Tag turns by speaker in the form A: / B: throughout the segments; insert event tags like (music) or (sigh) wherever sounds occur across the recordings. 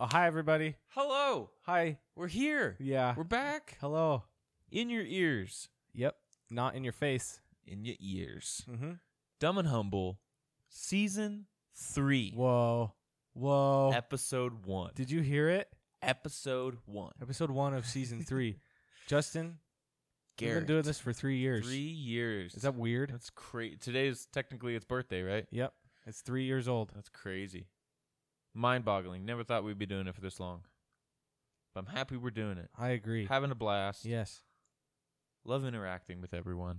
A: Oh, hi, everybody.
B: Hello.
A: Hi.
B: We're here.
A: Yeah.
B: We're back
A: Hello.
B: in your ears.
A: Yep. Not in your face.
B: In your ears.
A: Mm-hmm.
B: Dumb and Humble, season three,
A: Whoa. Whoa.
B: episode one.
A: Did you hear it?
B: episode one.
A: Episode one of season
B: (laughs)
A: three. Justin, we've
B: Garrett.
A: been doing this for three years.
B: three years.
A: Is that weird?
B: That's crazy. Today is technically its birthday, right?
A: Yep. It's three years old.
B: That's crazy. Mind boggling. Never thought we'd be doing it for this long. But I'm happy we're doing it.
A: I agree.
B: Having a blast. (laughs)
A: yes.
B: Love interacting with everyone.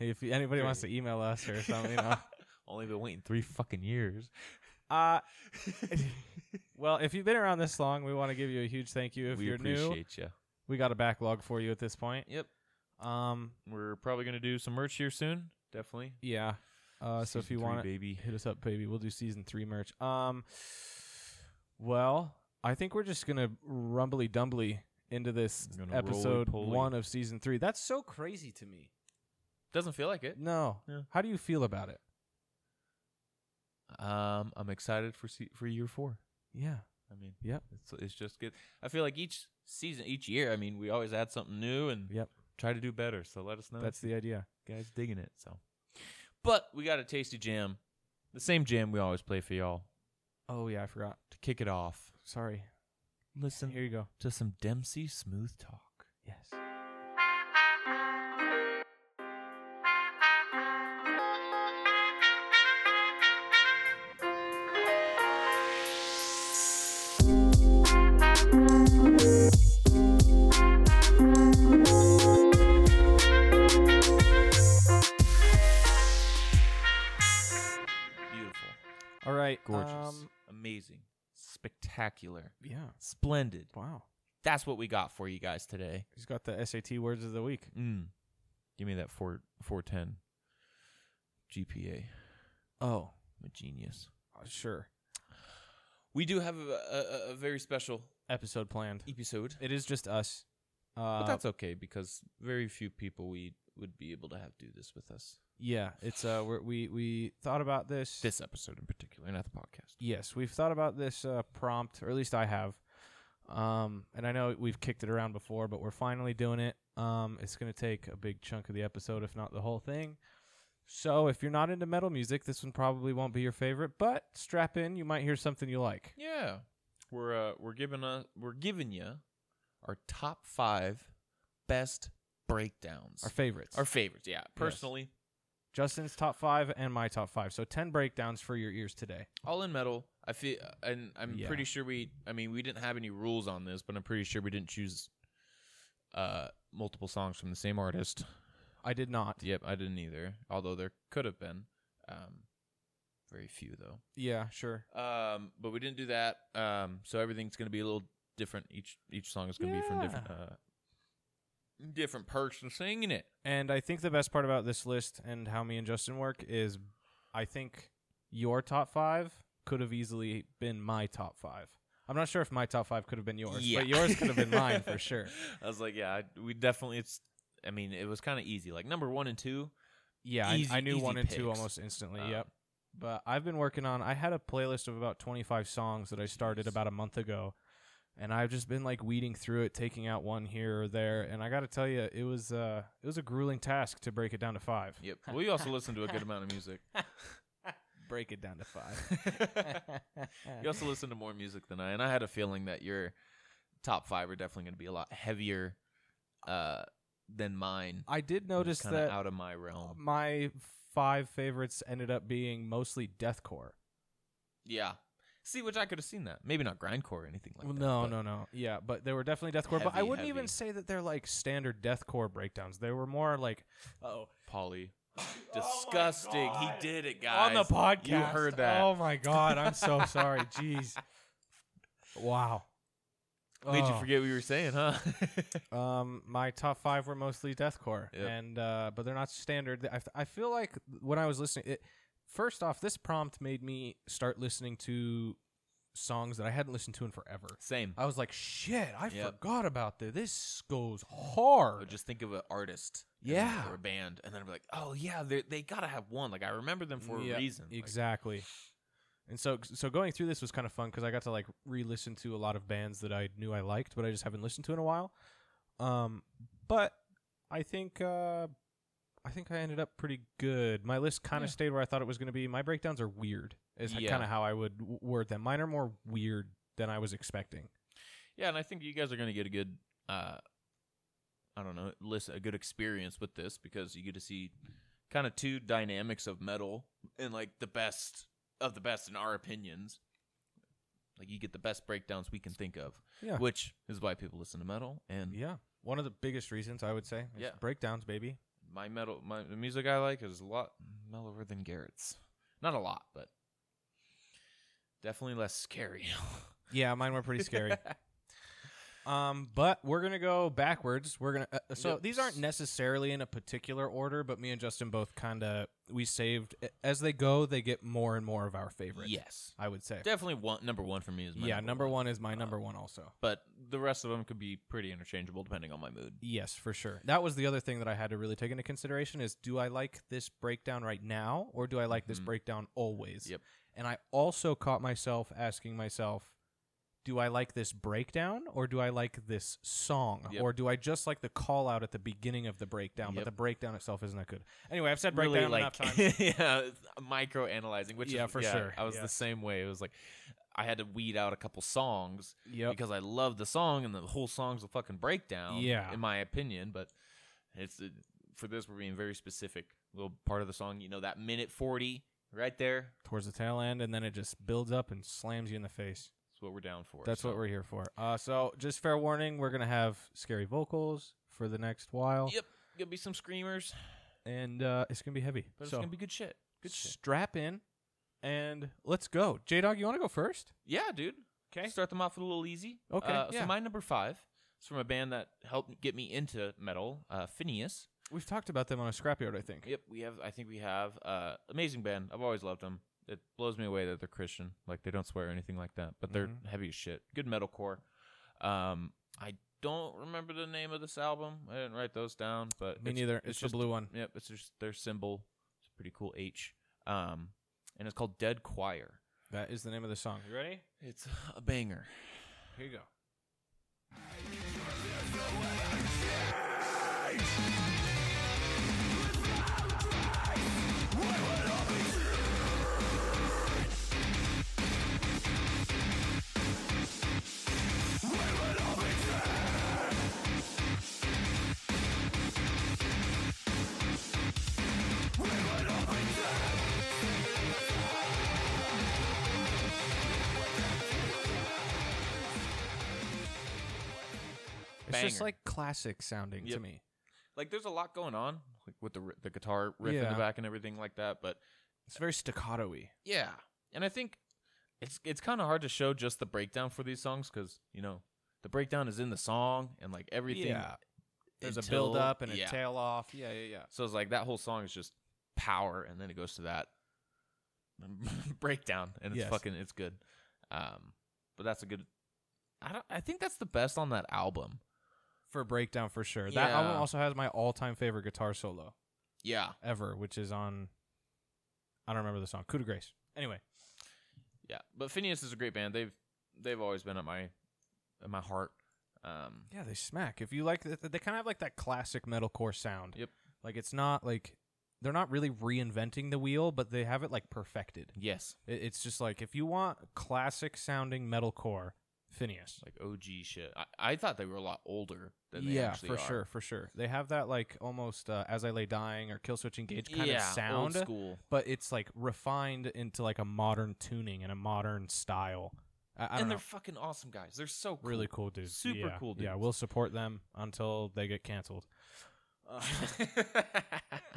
A: Hey, if anybody wants to
B: Great.
A: email us or something, you know.
B: (laughs) Only been waiting three fucking years.
A: Uh, (laughs) well, if you've been around this long, we want to give you a huge thank you. If
B: we
A: you're new,
B: appreciate you.
A: we got a backlog for you at this point.
B: Yep.
A: Um,
B: We're probably gonna do some merch here soon. Definitely.
A: yeah. Uh, so if
B: Season
A: you
B: three,
A: want to
B: baby,
A: hit us up, baby, we'll do season three merch. Um, well, I think we're just gonna rumbly dumbly into this
B: Gonna
A: episode
B: roly-poly.
A: one of season three. That's so crazy to me.
B: (laughs) doesn't feel like it.
A: No,
B: Yeah.
A: how do you feel about it?
B: Um, I'm excited for se- for year four.
A: Yeah,
B: I mean,
A: Yep.
B: it's it's just good. I feel like each season, each year, I mean, we always add something new and
A: Yep.
B: try to do better. So let us know.
A: that's the idea.
B: guys digging it. So, but we got a tasty jam, the same jam we always play for y'all
A: Oh yeah, I forgot.
B: to kick it off.
A: Sorry.
B: Listen
A: Here you go.
B: to some Dempsey smooth talk.
A: Yes.
B: Beautiful,
A: All right.
B: gorgeous,
A: um,
B: amazing, spectacular,
A: yeah.
B: splendid.
A: Wow.
B: That's what we got for you guys today.
A: He's got the SAT words of the week.
B: Mm. Give me that four four ten GPA.
A: Oh,
B: I'm a genius.
A: Uh, sure.
B: We do have a, a, a very special
A: Episode planned.
B: episode,
A: It is just us. Uh,
B: E but that's okay because very few people we would be able to have do this with us.
A: yeah. It's uh, we're, we we thought about this.
B: This episode in particular, not the podcast.
A: Yes, we've thought about this uh, prompt, or at least I have. Um, and I know we've kicked it around before, but we're finally doing it. Um, it's going to take a big chunk of the episode, if not the whole thing. So if you're not into metal music, this one probably won't be your favorite. But strap in; you might hear something you like.
B: Yeah, we're uh, we're giving a we're giving you our top five best breakdowns,
A: Our favorites.
B: our favorites. Yeah, personally,
A: Justin's top five and my top five. So ten breakdowns for your ears today.
B: all in metal. I feel, and I'm
A: Yeah.
B: pretty sure we. I mean, we didn't have any rules on this, but I'm pretty sure we didn't choose uh multiple songs from the same artist.
A: I did not.
B: Yep, I didn't either. Although there could have been, um, very few though.
A: Yeah, sure.
B: Um, but we didn't do that. Um, so everything's gonna be a little different. Each each song is gonna be from different
A: Yeah.
B: uh different person singing it.
A: And I think the best part about this list and how me and Justin work is I think your top five could have easily been my top five. I'm not sure if my top five could have been yours, but yours could have been mine
B: (laughs)
A: for sure.
B: I was like, yeah, I, we definitely. It's. I mean, it was kind of easy. Like number one and two.
A: Yeah,
B: Easy-
A: I, I knew
B: easy
A: one and two
B: picks.
A: almost instantly.
B: Um,
A: yep. But I've been working on, I had a playlist of about 25 songs that I started
B: Jeez.
A: about a month ago. And I've just been like weeding through it, taking out one here or there. And I got to tell you, it was uh, it was a grueling task to break it down to five.
B: Yep. (laughs) We also listened to a good amount of (laughs) music.
A: Break it down to five. (laughs)
B: (laughs) you also listen to more music than I, and I had a feeling that your top five are definitely going to be a lot heavier uh, than mine.
A: I did notice
B: kind of
A: that um,
B: out of my realm.
A: my five favorites ended up being mostly deathcore.
B: Yeah. See, which I could have seen that. Maybe not grindcore or anything like
A: well,
B: that.
A: no,
B: but
A: no, no. Yeah, but they were definitely deathcore. but I
B: Heavy,
A: wouldn't even
B: heavy.
A: say that they're like standard deathcore breakdowns. They were more like, oh,
B: Polly,
A: (laughs)
B: Oh disgusting. he did it, guys.
A: on the podcast.
B: You heard that.
A: Oh my god, I'm so sorry. Jeez.
B: (laughs)
A: Wow.
B: Made you
A: Oh.
B: forget what you were saying, huh?
A: (laughs) Um, my top five were mostly deathcore,
B: Yep.
A: and uh, but they're not standard. I, I feel like when I was listening, it first off, this prompt made me start listening to songs that I hadn't listened to in forever.
B: Same.
A: I was like, shit, I
B: Yep.
A: forgot about this. This goes
B: Or
A: hard.
B: just think of an artist, and-
A: Yeah.
B: or a band, and then be like, oh yeah, they they gotta have one. Like I remember them for
A: Yeah,
B: a reason. Like,
A: exactly. And so so going through this was kind of fun because I got to like re-listen to a lot of bands that I knew I liked, but I just haven't listened to in a while. Um, but I think uh, I think I ended up pretty good. My list kind of
B: Yeah.
A: stayed where I thought it was going to be. My breakdowns are weird. Is
B: Yeah.
A: kind of how I would w- word them. Mine are more weird than I was expecting.
B: Yeah, and I think you guys are going to get a good, uh, I don't know, listen, a good experience with this because you get to see kind of two dynamics of metal and like the best of the best in our opinions. Like you get the best breakdowns we can think of,
A: Yeah.
B: which is why people listen to metal. And
A: Yeah. One of the biggest reasons I would say is
B: Yeah.
A: breakdowns, baby.
B: my metal, my the music I like is a lot mellower than Garrett's. Not a lot, but definitely less scary.
A: Yeah, mine were pretty
B: (laughs)
A: scary. Um, but we're gonna go backwards. We're gonna uh, uh, so
B: Yep.
A: these aren't necessarily in a particular order, but me and Justin both kind of we saved as they go. They get more and more of our favorites.
B: yes,
A: I would say.
B: definitely one number one for me is my
A: yeah, number
B: one. Uh,
A: one is my number one also.
B: but the rest of them could be pretty interchangeable depending on my mood.
A: Yes, for sure. That was the other thing that I had to really take into consideration is do I like this breakdown right now or do I like this
B: Mhm.
A: breakdown always?
B: Yep.
A: And I also caught myself asking myself, do I like this breakdown or do I like this song?
B: Yep.
A: Or do I just like the call out at the beginning of the breakdown, but
B: Yep.
A: the breakdown itself isn't that good? Anyway, I've said breakdown enough times.
B: (laughs) yeah, micro analyzing, which
A: Yeah,
B: is,
A: for sure.
B: I was
A: Yeah.
B: the same way. It was like I had to weed out a couple songs
A: yep.
B: because I love the song and the whole song's a fucking breakdown.
A: Yeah.
B: in my opinion, but it's uh, for this we're being very specific. Little part of the song, you know, that minute forty right there.
A: Towards the tail end, and then it just builds up and slams you in the face.
B: That's what we're down for.
A: That's
B: so-
A: what we're here for. Uh, so, just fair warning, we're going to have scary vocals for the next while.
B: Yep, gonna be some screamers,
A: and uh, it's gonna be heavy.
B: but it's
A: so
B: gonna be good shit. Good shit.
A: strap in and let's go. J Dog, you want to go first?
B: Yeah, dude.
A: 'Kay.
B: Start them off with a little easy.
A: Okay,
B: Uh,
A: yeah.
B: So my number five is from a band that helped get me into metal, uh, Phineas.
A: We've talked about them on a scrapyard, I think.
B: Yep. We have. I think we have uh, amazing band. I've always loved them. It blows me away that they're Christian. Like they don't swear or anything like that, but they're
A: Mhm.
B: heavy as shit. Good metalcore. Um, I don't remember the name of this album. I didn't write those down, but
A: Me
B: it's,
A: neither. It's,
B: It's,
A: the
B: just
A: blue one.
B: Yep. It's just their symbol. It's a pretty cool H. Um, and it's called Dead Choir.
A: That is the name of the song. You ready?
B: It's a banger.
A: Here you go. It's just
B: Banger.
A: like classic sounding to
B: Yep.
A: me.
B: like there's a lot going on like with the ri- the guitar riff in
A: Yeah.
B: the back and everything like that but
A: It's very staccato y.
B: yeah and i think it's it's kind of hard to show just the breakdown for these songs cuz you know the breakdown is in the song and like everything
A: There's a
B: until-
A: build up and a
B: yeah.
A: tail off. Yeah, yeah, yeah.
B: so it's like that whole song is just power and then it goes to that (laughs) breakdown and it's
A: Yes.
B: fucking it's good um but that's a good i don't i think that's the best on that album
A: For breakdown for sure. That album
B: Yeah.
A: also has my all time favorite guitar solo
B: yeah
A: ever, which is on I don't remember the song. Coup de Grace. Anyway.
B: yeah but phineas is a great band they've they've always been at my at my heart um
A: Yeah, they smack. If you like, th- they kind of have like that classic metalcore sound.
B: Yep.
A: Like it's not like they're not really reinventing the wheel, but they have it like perfected.
B: yes
A: It- It's just like if you want classic sounding metalcore, Phineas.
B: like OG shit. I, I thought they were a lot older than they
A: yeah,
B: actually
A: for
B: are.
A: sure, for sure. They have that like almost uh, as I lay dying or kill switch engage kind
B: yeah,
A: of sound,
B: old school.
A: but it's like refined into like a modern tuning and a modern style. I, I don't
B: And
A: know.
B: they're fucking awesome guys. They're so cool.
A: Really cool dudes.
B: Super
A: Yeah,
B: cool
A: Yeah,
B: dudes.
A: we'll support them until they get canceled.
B: Uh, (laughs)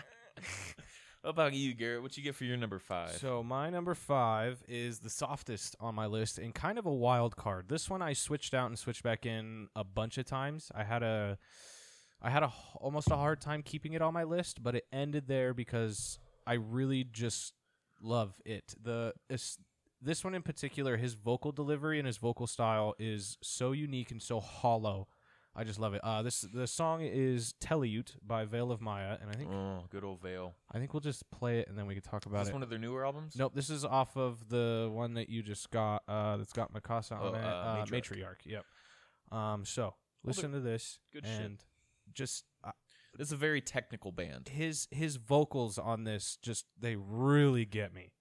B: what about you, Garrett? What you get for your number five?
A: So my number five is the softest on my list and kind of a wild card. This one I switched out and switched back in a bunch of times. I had a, I had a h- almost a hard time keeping it on my list, but it ended there because I really just love it. The this, this one in particular, his vocal delivery and his vocal style is so unique and so hollow. I just love it. Uh, this the song is Telute by Veil of Maya, and I think
B: Oh, good old Veil.
A: I think we'll just play it and then we can talk
B: Is
A: about
B: this
A: it.
B: one of their newer albums?
A: Nope, this is off of the one that you just got. Uh, that's got Mikasa on
B: Oh,
A: it.
B: uh,
A: Uh,
B: Matriarch.
A: Matriarch. Yep. Um. So listen to this.
B: good shit.
A: and Just uh,
B: This is a very technical band.
A: his his vocals on this just they really get me.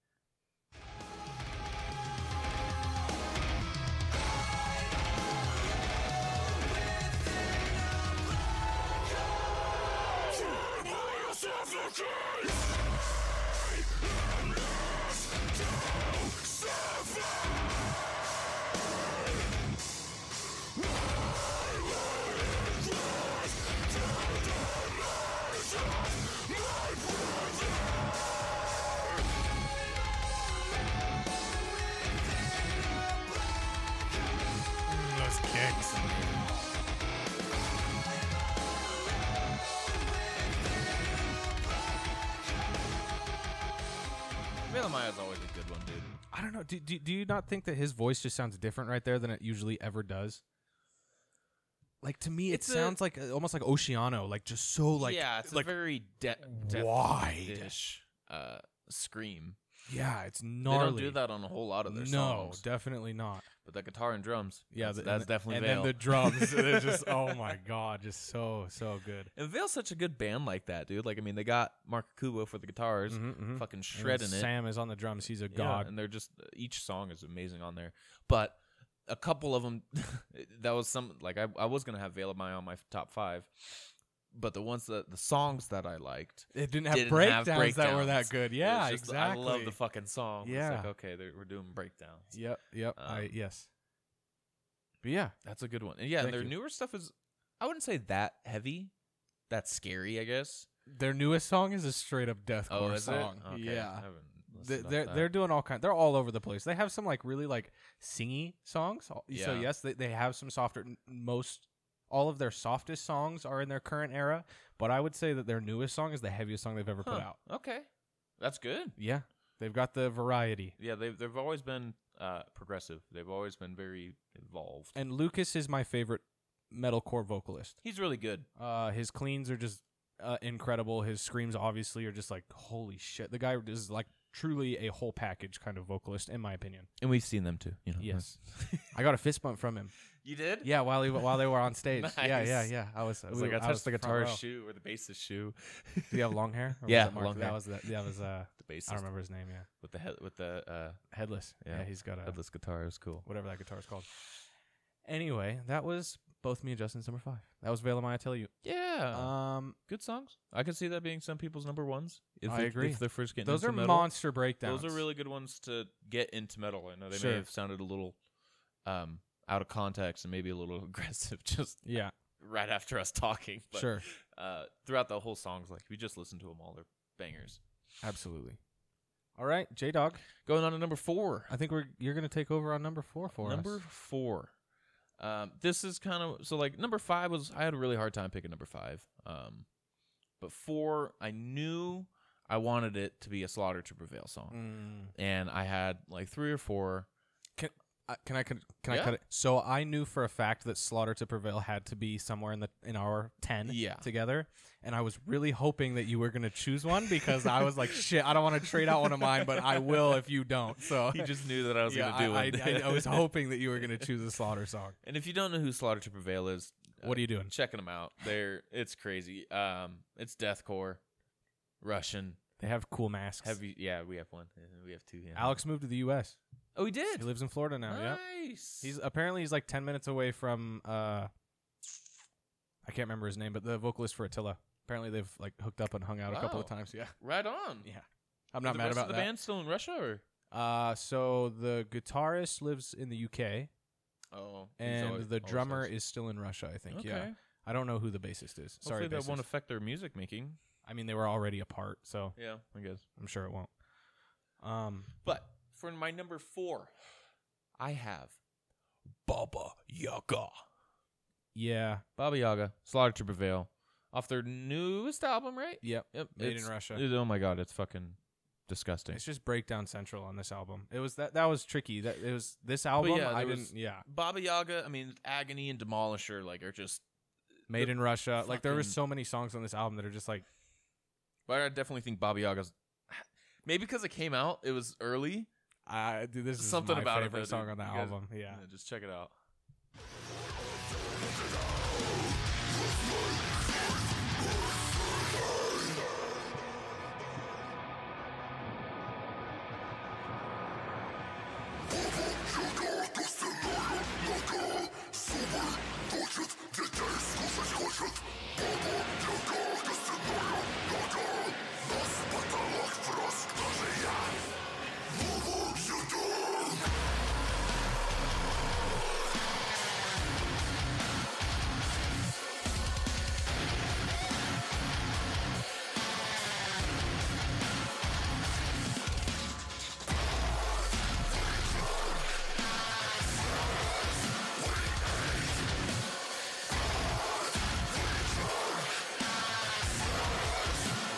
C: Those kicks.
B: Veil of Maya is always a good one, dude.
A: I don't know. Do, do do you not think that his voice just sounds different right there than it usually ever does? Like to me,
B: It's
A: it
B: a-
A: sounds like uh, almost like Oceano, like just so like
B: yeah, it's
A: like
B: a very de-
A: wide.
B: dish uh, scream.
A: Yeah, it's
B: They
A: gnarly.
B: don't do that on a whole lot of their
A: no,
B: songs.
A: definitely not.
B: but the guitar and drums.
A: Yeah,
B: that's,
A: the-
B: that's
A: and the-
B: definitely
A: and
B: Veil.
A: then the
B: (laughs)
A: drums. they're just oh my god, just so so good.
B: And Veil's such a good band like that, dude. Like, I mean, they got Mark Kubo for the guitars,
A: Mhm, mhm.
B: fucking
A: And
B: shredding it.
A: Sam is on the drums. He's a
B: Yeah,
A: god.
B: and they're just each song is amazing on there. But a couple of them, (laughs) that was some like I, I was gonna have Veil of Maya on my top five, but the ones that the songs that I liked,
A: It didn't have
B: Didn't have
A: breakdowns that were that
B: breakdowns.
A: good.
B: it
A: Yeah,
B: was just-
A: exactly.
B: I love the fucking song. it's like
A: Yeah.
B: okay, they're, we're doing breakdowns.
A: Yep, yep. I
B: Um,
A: yes. But yeah,
B: That's a good one. And yeah,
A: Thank
B: and their
A: you.
B: newer stuff is I wouldn't say that heavy. That's scary, I guess.
A: their newest song is a straight up deathcore
B: Oh, is
A: song.
B: it? Okay, I
A: Yeah.
B: haven't
A: They-
B: listened to
A: They're
B: that.
A: they're doing all kind. They're all over the place. They have some like really like singy songs. Al- So
B: Yeah.
A: yes, they, they have some softer. n- Most all of their softest songs are in their current era. But I would say that their newest song is the heaviest song they've ever put
B: Huh.
A: out.
B: Okay, that's good.
A: Yeah, they've got the variety.
B: Yeah, they've they've always been uh, progressive. They've always been very involved.
A: And Lucas is my favorite metalcore vocalist.
B: He's really good.
A: Uh, his cleans are just uh, incredible. His screams obviously are just like holy shit. The guy is like truly a whole package kind of vocalist in my opinion.
B: And we've seen them too. You know, (laughs)
A: Yes. I got a fist bump from him.
B: you did.
A: Yeah, while he, while they were on stage. Yeah, yeah,
B: Nice.
A: yeah. I was,
B: I was
A: we-
B: like, I touched
A: was
B: the
A: front row.
B: guitarist shoe or the bassist shoe.
A: Do you have long hair? Or was
B: (laughs) Yeah,
A: it Mark?
B: long
A: that
B: hair.
A: was that. That was uh,
B: the bassist
A: I don't remember his name. Yeah,
B: with the head with the uh,
A: headless. Yeah,
B: Yeah,
A: he's got a
B: headless guitar. It was cool.
A: whatever that guitar's called. Anyway, that was both me and Justin's number five. That was Vela Maya. Tell you.
B: Yeah,
A: Um,
B: good songs. I can see that being some people's number ones. If
A: I
B: they-
A: agree.
B: If they're first getting
A: those
B: into
A: are
B: metal.
A: monster breakdowns.
B: Those are really good ones to get into metal. I know they
A: Sure.
B: may have sounded a little um, out of context and maybe a little (laughs) aggressive just
A: Yeah,
B: right after us talking. (laughs) But,
A: sure,
B: Uh, throughout the whole songs, like if you just listen to them all, they're bangers.
A: absolutely. All right, J Dog.
B: Going on to number four.
A: I think we're you're gonna take over on number four for
B: number
A: us.
B: four. Um, this is kind of so like number five was I had a really hard time picking number five. Um, but four, I knew I wanted it to be a Slaughter to Prevail song,
A: Mm.
B: and I had like three or four.
A: Uh, can I can, can I
B: Yeah.
A: cut it? So I knew for a fact that Slaughter to Prevail had to be somewhere in the in our ten
B: Yeah.
A: together, and I was really hoping that you were gonna choose one because I was like, shit, I don't want to trade out one of mine, but I will if you don't. So
B: He just knew that I
A: (laughs)
B: was
A: yeah,
B: gonna do
A: I,
B: it.
A: I, I, I
B: (laughs)
A: was hoping that you were gonna choose a Slaughter song.
B: And if you don't know who Slaughter to Prevail is,
A: What are you doing?
B: checking them out. They're it's crazy. Um, it's deathcore, Russian
A: They have cool masks.
B: heavy. Yeah, we have one. Uh, We have two. Yeah.
A: Alex moved to the U.S.
B: oh, he
A: He
B: did.
A: lives in Florida now. Yeah,
B: nice.
A: he's apparently he's like ten minutes away from uh, I can't remember his name, but the vocalist for Attila. Apparently they've like hooked up and hung out a couple of
B: Wow.
A: times. Yeah.
B: right on.
A: Yeah. I'm not
B: the
A: mad
B: rest
A: about
B: of the
A: that.
B: band still in Russia or
A: Uh, so the guitarist lives in the UK,
B: oh, he's
A: and
B: always-
A: the
B: always
A: drummer
B: has.
A: is still in Russia. I think.
B: okay.
A: Yeah, I don't know who the bassist is. Sorry,
B: Hopefully that won't
A: bassist.
B: affect their music making.
A: I mean, they were already apart, so
B: Yeah, I guess.
A: I'm sure it won't. Um,
B: But for my number four, I have Baba Yaga.
A: yeah,
B: Baba Yaga, Slaughter to Prevail, off their newest album, right?
A: yep.
B: Yep.
A: Made
B: it's-
A: in Russia.
B: it- oh my god, it's fucking disgusting.
A: It's just breakdown central on this album. It was that that was tricky. That it was this album.
B: yeah,
A: I
B: there
A: didn't.
B: was-
A: yeah,
B: Baba Yaga, I mean, Agony and Demolisher, like, are just
A: Made in Russia. Like there were
B: fucking-
A: so many songs on this album that are just like
B: But I definitely think Bobby Yaga's maybe because it came out, it was early.
A: I dude, this is
B: Something
A: my
B: about it,
A: favorite
B: though,
A: song
B: dude.
A: on the
B: You guys-
A: album. Yeah.
B: just check it out.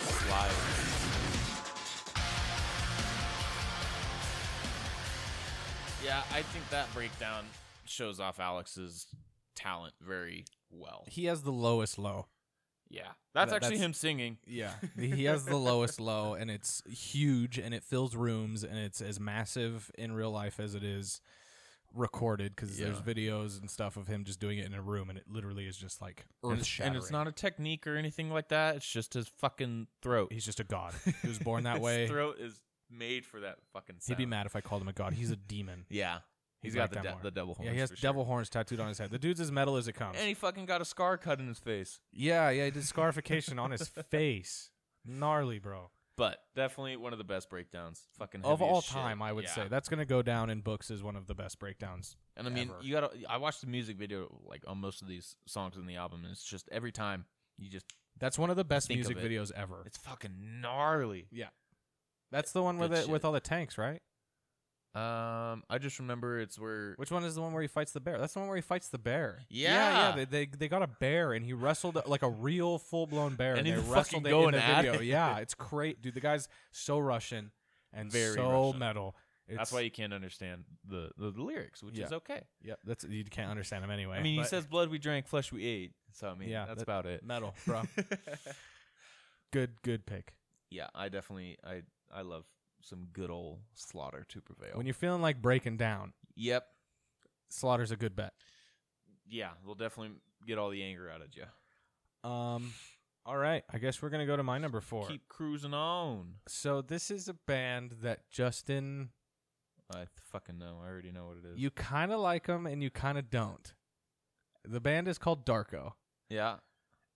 B: It's live. Yeah, I think that breakdown shows off Alex's talent very well.
A: He has the lowest low.
B: Yeah, that's
A: That-
B: actually
A: that's-
B: him singing.
A: Yeah. (laughs) he has the lowest low and it's huge and it fills rooms and it's as massive in real life as it is recorded because there's
B: Yeah.
A: videos and stuff of him just doing it in a room and it literally is just like
B: And
A: earth
B: it's,
A: shattering.
B: and it's not a technique or anything like that. It's just his fucking throat.
A: he's just a
B: (laughs)
A: god. He was born that
B: His
A: way.
B: throat is made for that fucking.
A: He'd
B: Sound.
A: be mad if I called him a god. He's a
B: (laughs)
A: demon.
B: Yeah,
A: He's
B: he's got
A: like
B: the
A: that
B: de-
A: more.
B: the devil horns.
A: yeah, he has
B: for sure.
A: devil horns tattooed on his head. The dude's as metal as it comes.
B: And he fucking got a scar cut in his face.
A: yeah, yeah, he did scarification on
B: (laughs)
A: his face. Gnarly, bro.
B: But definitely one of the best breakdowns. Fucking
A: Of
B: heavy as
A: all
B: shit.
A: time, I would
B: Yeah.
A: say that's gonna go down in books as one of the best breakdowns.
B: And I mean,
A: ever.
B: you gotta. I watched the music video like on most of these songs in the album, and it's just every time you just
A: That's one of the best
B: Think
A: music
B: of it.
A: videos ever.
B: it's fucking gnarly.
A: That's the one with
B: good
A: it, with
B: shit.
A: all the tanks, right?
B: Um, I just remember it's where
A: Which one is the one where he fights the bear? That's the one where he fights the bear. yeah. they,
B: Yeah.
A: they they got a bear and he wrestled like a real full blown bear,
B: And
A: and,
B: he
A: they
B: was
A: wrestled
B: fucking
A: it in
B: going
A: the
B: at
A: video.
B: it. (laughs)
A: Yeah, it's great, dude. The guy's so Russian and
B: Very
A: so
B: Russian.
A: metal. It's,
B: that's why you can't understand the the, the lyrics, which
A: Yeah.
B: is okay.
A: yeah, that's you can't understand him anyway.
B: I mean, he
A: but-
B: says blood we drank, flesh we ate. So I mean,
A: Yeah,
B: that's
A: that-
B: about
A: (laughs)
B: it.
A: metal,
B: (laughs)
A: bro. good, good pick.
B: yeah, I definitely I I love some good old slaughter to prevail.
A: When you're feeling like breaking down,
B: yep,
A: Slaughter's a good bet.
B: yeah, they'll definitely get all the anger out of you.
A: Um, all right, I guess we're gonna go to my number four.
B: Keep cruising on.
A: So this is a band that Justin,
B: I fucking know. I already know what it is.
A: you kind of like them and you kind of don't. The band is called Darko,
B: yeah.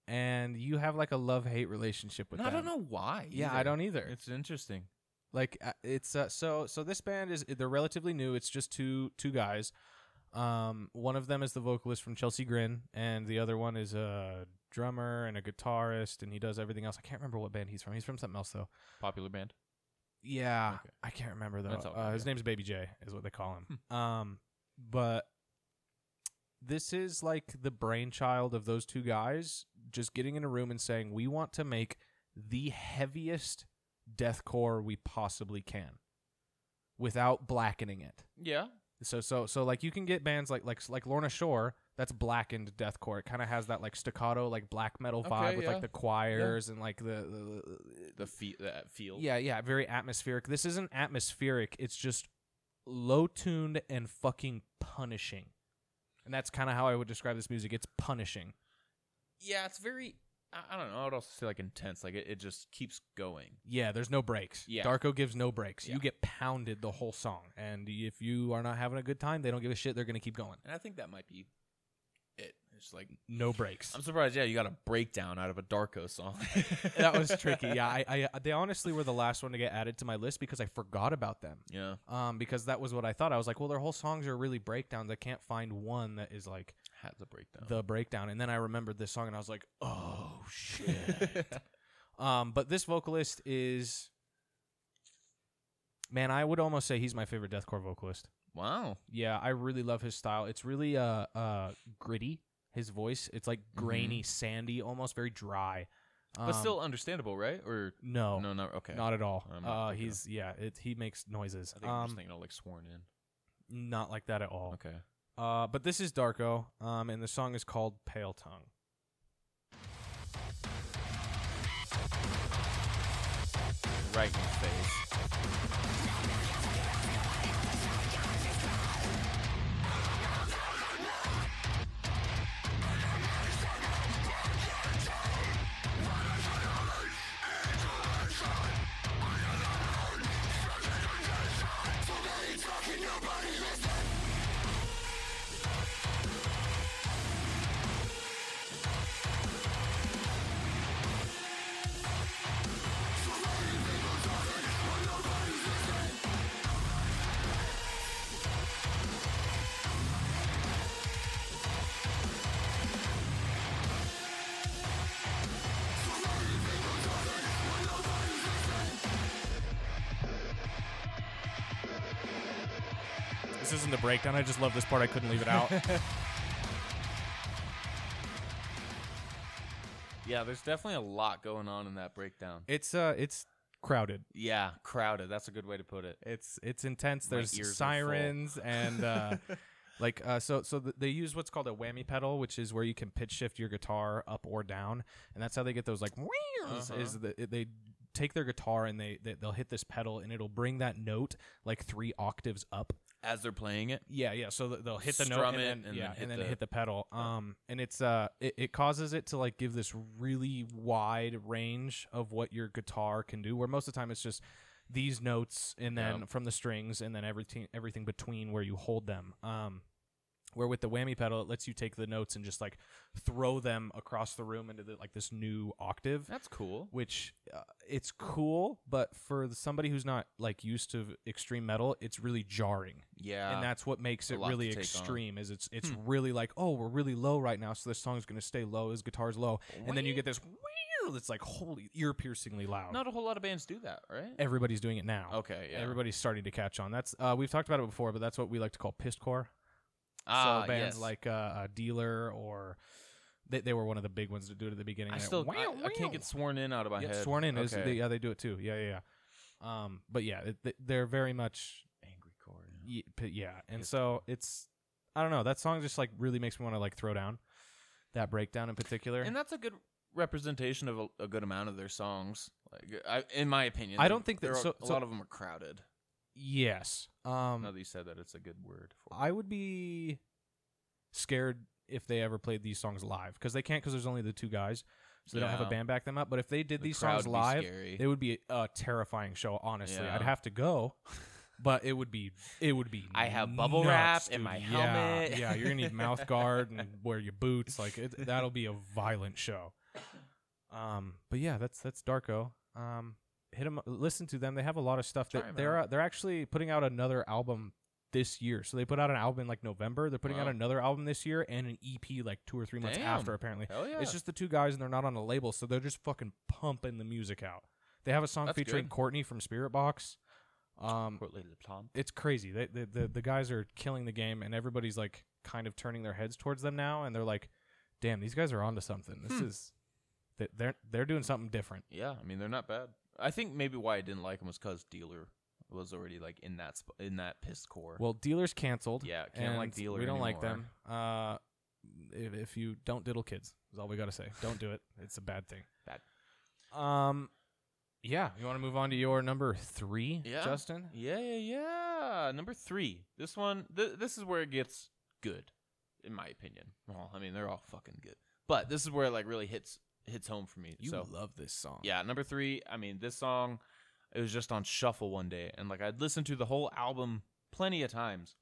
A: and you have like a love hate relationship with
B: And
A: them.
B: I don't know why.
A: Yeah, I
B: either.
A: don't either.
B: It's interesting.
A: like uh, it's uh, so so this band is they're relatively new it's just two two guys um one of them is the vocalist from chelsea grin and the other one is a drummer and a guitarist and he does everything else i can't remember what band he's from he's from something else though
B: Popular band.
A: yeah
B: Okay.
A: i can't remember though
B: That's all
A: uh,
B: right,
A: his
B: yeah. Hmm.
A: name's baby j is what they call him um but this is like the brainchild of those two guys just getting in a room and saying we want to make the heaviest deathcore we possibly can without blackening it.
B: Yeah.
A: So so so like you can get bands like like like Lorna Shore that's blackened deathcore. It kind of has that like staccato like black metal
B: Okay,
A: vibe with
B: yeah.
A: like the choirs and like the, the,
B: The feel that feel.
A: yeah yeah very atmospheric. This isn't atmospheric. It's just low tuned and fucking punishing. And that's kind of how I would describe this music. It's punishing.
B: Yeah, it's very I, I don't know, I would also say like intense. Like it, it just keeps going.
A: Yeah, there's no breaks.
B: Yeah.
A: Darko gives no breaks.
B: Yeah.
A: You get pounded the whole song. And if you are not having a good time, they don't give a shit. They're going to keep going.
B: And I think that might be it. It's like
A: No breaks.
B: I'm surprised, yeah, you got a breakdown out of a Darko (laughs) song.
A: that was tricky. Yeah, I, I, they honestly were the last one to get added to my list because I forgot about them.
B: Yeah.
A: Um, because that was what I thought. I was like, well, their whole songs are really breakdowns. I can't find one that is like
B: Had the breakdown.
A: the breakdown. And then I remembered this song and I was like, oh
B: (laughs)
A: shit. um, but this vocalist is, man, I would almost say he's my favorite deathcore vocalist.
B: wow.
A: Yeah, I really love his style. It's really uh uh gritty. His voice, it's like
B: Mm-hmm.
A: grainy, sandy, almost very dry.
B: But
A: Um,
B: still understandable, right? Or
A: no,
B: no, not okay.
A: not at all.
B: I'm not
A: Uh,
B: thinking
A: he's yeah, it, he makes noises.
B: I think I'm
A: um,
B: just thinking of like sworn in.
A: not like that at all.
B: Okay.
A: Uh, but this is Darko, um, and the song is called Pale Tongue.
B: right in the face.
C: This isn't the breakdown. I just love this part. I couldn't leave it out.
B: Yeah, there's definitely a lot going on in that breakdown.
A: It's uh, it's crowded.
B: Yeah, crowded. That's a good way to put it.
A: It's it's intense.
B: My
A: There's
B: ears are full.
A: sirens and uh,
B: (laughs)
A: like uh, so so th- they use what's called a whammy pedal, which is where you can pitch shift your guitar up or down, and that's how they get those like wheels.
B: Uh-huh.
A: Is that it- they take their guitar and they, they they'll hit this pedal and it'll bring that note like three octaves up.
B: As they're playing it,
A: Yeah, yeah. So th- they'll hit the note
B: Strum
A: and
B: it
A: then,
B: and
A: yeah,
B: then hit
A: and then
B: the-
A: hit the pedal. Um, and it's uh, it, it causes it to like give this really wide range of what your guitar can do. Where most of the time it's just these notes and then
B: Yeah.
A: from the strings and then everything everything between where you hold them. Um, where with the whammy pedal it lets you take the notes and just like throw them across the room into the, like this new octave
B: that's cool.
A: which uh, it's cool, but for the, somebody who's not like used to extreme metal, it's really jarring,
B: Yeah,
A: and that's what makes
B: a
A: it
B: lot to
A: really
B: take on. Hmm.
A: extreme. Is it's it's really like oh we're really low right now, so this song's gonna stay low, his guitar's low, and then you get this weird that's like holy ear piercingly loud.
B: not a whole lot of bands do that, right?
A: Everybody's doing it now.
B: Okay, yeah.
A: Everybody's starting to catch on. That's uh, we've talked about it before, but that's what we like to call pissed core.
B: ah,
A: so bands
B: yes.
A: like uh, uh, Dealer or they, they were one of the big ones to do it at the beginning.
B: I
A: That
B: still I,
A: wow,
B: I can't
A: wow.
B: get sworn in out of my
A: Yeah,
B: head.
A: sworn in is
B: Okay.
A: they, yeah they do it too. Yeah, yeah, yeah. Um, but yeah, it, th- they're very much
B: angry chord.
A: y- p- yeah, and
B: Yes.
A: so it's I don't know that song just like really makes me want to like throw down that breakdown in particular.
B: And that's a good representation of a, a good amount of their songs. Like, I, in my opinion,
A: I don't think that-
B: there are-
A: so-
B: a
A: so-
B: lot of them are crowded.
A: yes,
B: now
A: um,
B: that you said that, it's a good word. For
A: I would be scared if they ever played these songs live because they can't because there's only the two guys, so they don't have
B: Yeah.
A: a band back them up. But if they did
B: The
A: these
B: crowd
A: songs
B: be
A: live,
B: scary.
A: it would be a terrifying show. Honestly,
B: Yeah.
A: I'd have to go. But it would be, it would be.
B: I have bubble
A: nuts,
B: wrap
A: dude.
B: in my
A: Yeah,
B: helmet.
A: Yeah, you're gonna
B: (laughs)
A: need mouth guard and wear your boots. Like it, that'll be a violent show. Um, but yeah, that's that's Darko. Um, hit them, listen to them. They have a lot of stuff.
B: Try 'em
A: That they're
B: out.
A: uh, they're actually putting out another album this year. So they put out an album in like November. They're putting out
B: Wow.
A: another album this year and an EP like two or three months
B: Damn.
A: after. Apparently,
B: Hell yeah!
A: it's just the two guys and they're not on a label, so they're just fucking pumping the music out. They have a song
B: That's
A: featuring
B: good.
A: Courtney from Spirit Box. Um,
B: Courtly Laplan.
A: it's crazy. They, they, the the guys are killing the game, and everybody's like kind of turning their heads towards them now, and they're like, "Damn, these guys are onto something. This
B: Hmm.
A: is they- they're they're doing something different."
B: Yeah, I mean they're not bad. I think maybe why I didn't like them was because Dealer was already like in that sp- in that pissed core.
A: Well, dealers canceled.
B: Yeah, can't like
A: and
B: Dealer
A: We don't like
B: anymore.
A: them. Uh, if, if you don't diddle kids, is all we gotta say. Don't do it. It's a bad thing.
B: (laughs) Bad.
A: Um, yeah. You want to move on to your number three,
B: Yeah.
A: Justin?
B: Yeah, yeah, yeah. Number three. This one. Th- this is where it gets good, in my opinion. Well, I mean they're all fucking good, but this is where it like really hits hits home for me. so
A: love this song.
B: yeah, number three. I mean this song, it was just on shuffle one day, and like I'd listened to the whole album plenty of times.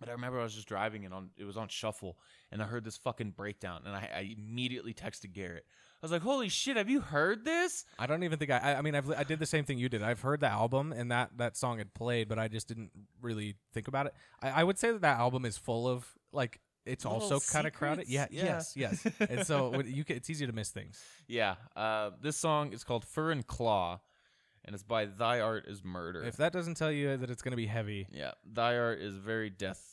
B: But I remember I was just driving and on it was on shuffle and I heard this fucking breakdown and I, I immediately texted Garrett. I was like, "Holy shit, have you heard this?"
A: I don't even think I. I, I mean, I've li- I did the same thing you did. I've heard the album and that that song had played, but I just didn't really think about it. I, I would say that that album is full of like it's
B: Little
A: also kind of crowded.
B: secrets?
A: Yeah,
B: Yeah.
A: Yes. Yes. and
B: (laughs)
A: so when you can, it's easy to miss things.
B: Yeah. Uh, this song is called Fur and Claw, and it's by Thy Art is Murder.
A: If that doesn't tell you that it's going to be heavy,
B: yeah. Thy Art is very death.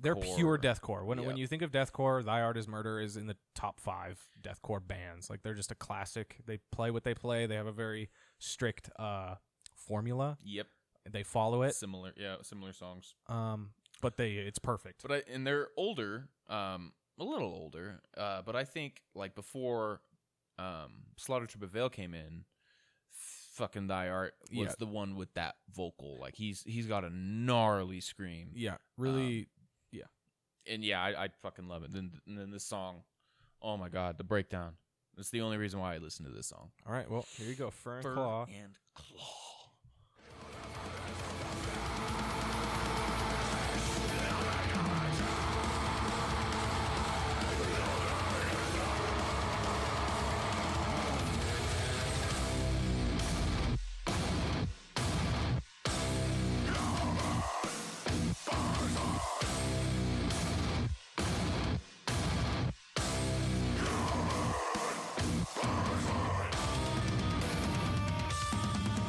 A: they're pure
B: Core.
A: deathcore. When when
B: Yep.
A: you think of deathcore, Thy Art Is Murder is in the top five deathcore bands. Like they're just a classic. They play what they play. They have a very strict uh, formula.
B: Yep.
A: They follow it.
B: Similar. Yeah. Similar songs.
A: Um, but they it's perfect.
B: But uh, I, and they're older, um, a little older. Uh, but I think like before, um, Slaughter to Prevail came in, fucking thy art was
A: Yeah.
B: the one with that vocal. Like he's he's got a gnarly scream.
A: Yeah,
B: um,
A: really.
B: and yeah, I, I fucking love it. Then and then this song, oh my god, the breakdown. That's the only reason why I listen to this song.
A: All right, well, here you go, Fur and
B: Fur
A: Claw.
B: and claw.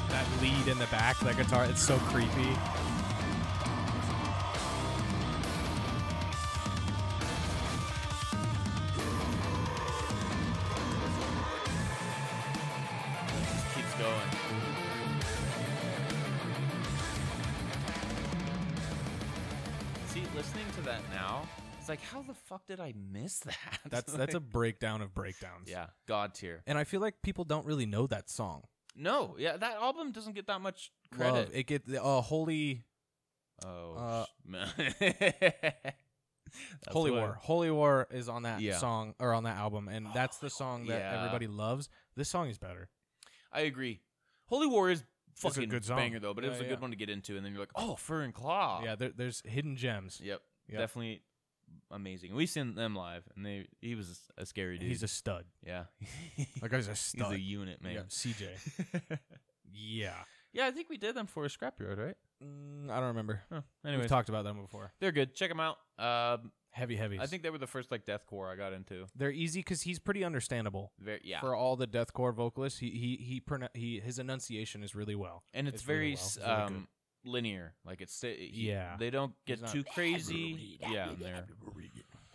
C: That lead in the back, that guitar, it's
B: (laughs)
C: so creepy.
B: Just keeps going. See, listening to that now, it's like, how the fuck did I miss (laughs) that?
A: That's that's a
B: Like,
A: breakdown of breakdowns.
B: yeah, god tier.
A: and I feel like people don't really know that song.
B: No, yeah, that album doesn't get that much
A: Love,
B: credit.
A: it get the uh, holy Uh,
B: Oh, sh- (laughs) That's
A: holy
B: what-
A: war. Holy war is on that
B: Yeah.
A: song or on that album, and that's the
B: (sighs) Holy
A: song
B: War.
A: that
B: Yeah.
A: everybody loves. This song is better.
B: I agree. Holy War is
C: a
B: fucking
C: good song.
B: banger though, but it
A: Yeah,
B: was a
A: yeah.
B: good one to get into, and then you're like, oh, Fur and Claw.
A: Yeah, there, there's hidden gems.
B: Yep.
A: Yeah.
B: Definitely amazing. We seen them live, and they he was a scary dude.
A: He's a
B: (laughs)
A: stud. (laughs)
B: yeah.
A: That guy's a
B: He's
A: stud.
B: a unit
A: yeah,
B: man.
A: CJ.
B: (laughs)
A: (laughs)
B: Yeah.
A: yeah.
B: I think we did them for a scrapyard, right?
A: Mm, I don't remember.
B: Huh.
A: We've
B: Anyways,
A: talked about them before.
B: they're good. Check them out. Um,
A: Heavy, heavy.
B: I think they were the first like deathcore I got into.
A: they're easy because he's pretty understandable.
B: Very yeah,
A: For all the deathcore vocalists, he he he, pronou- he his enunciation is really well.
B: and it's,
A: it's
B: very
A: really well.
B: s
A: It's really
B: um, linear. Like it's sta- he-
A: Yeah.
B: They don't get
A: not-
B: too crazy. Yeah, and they're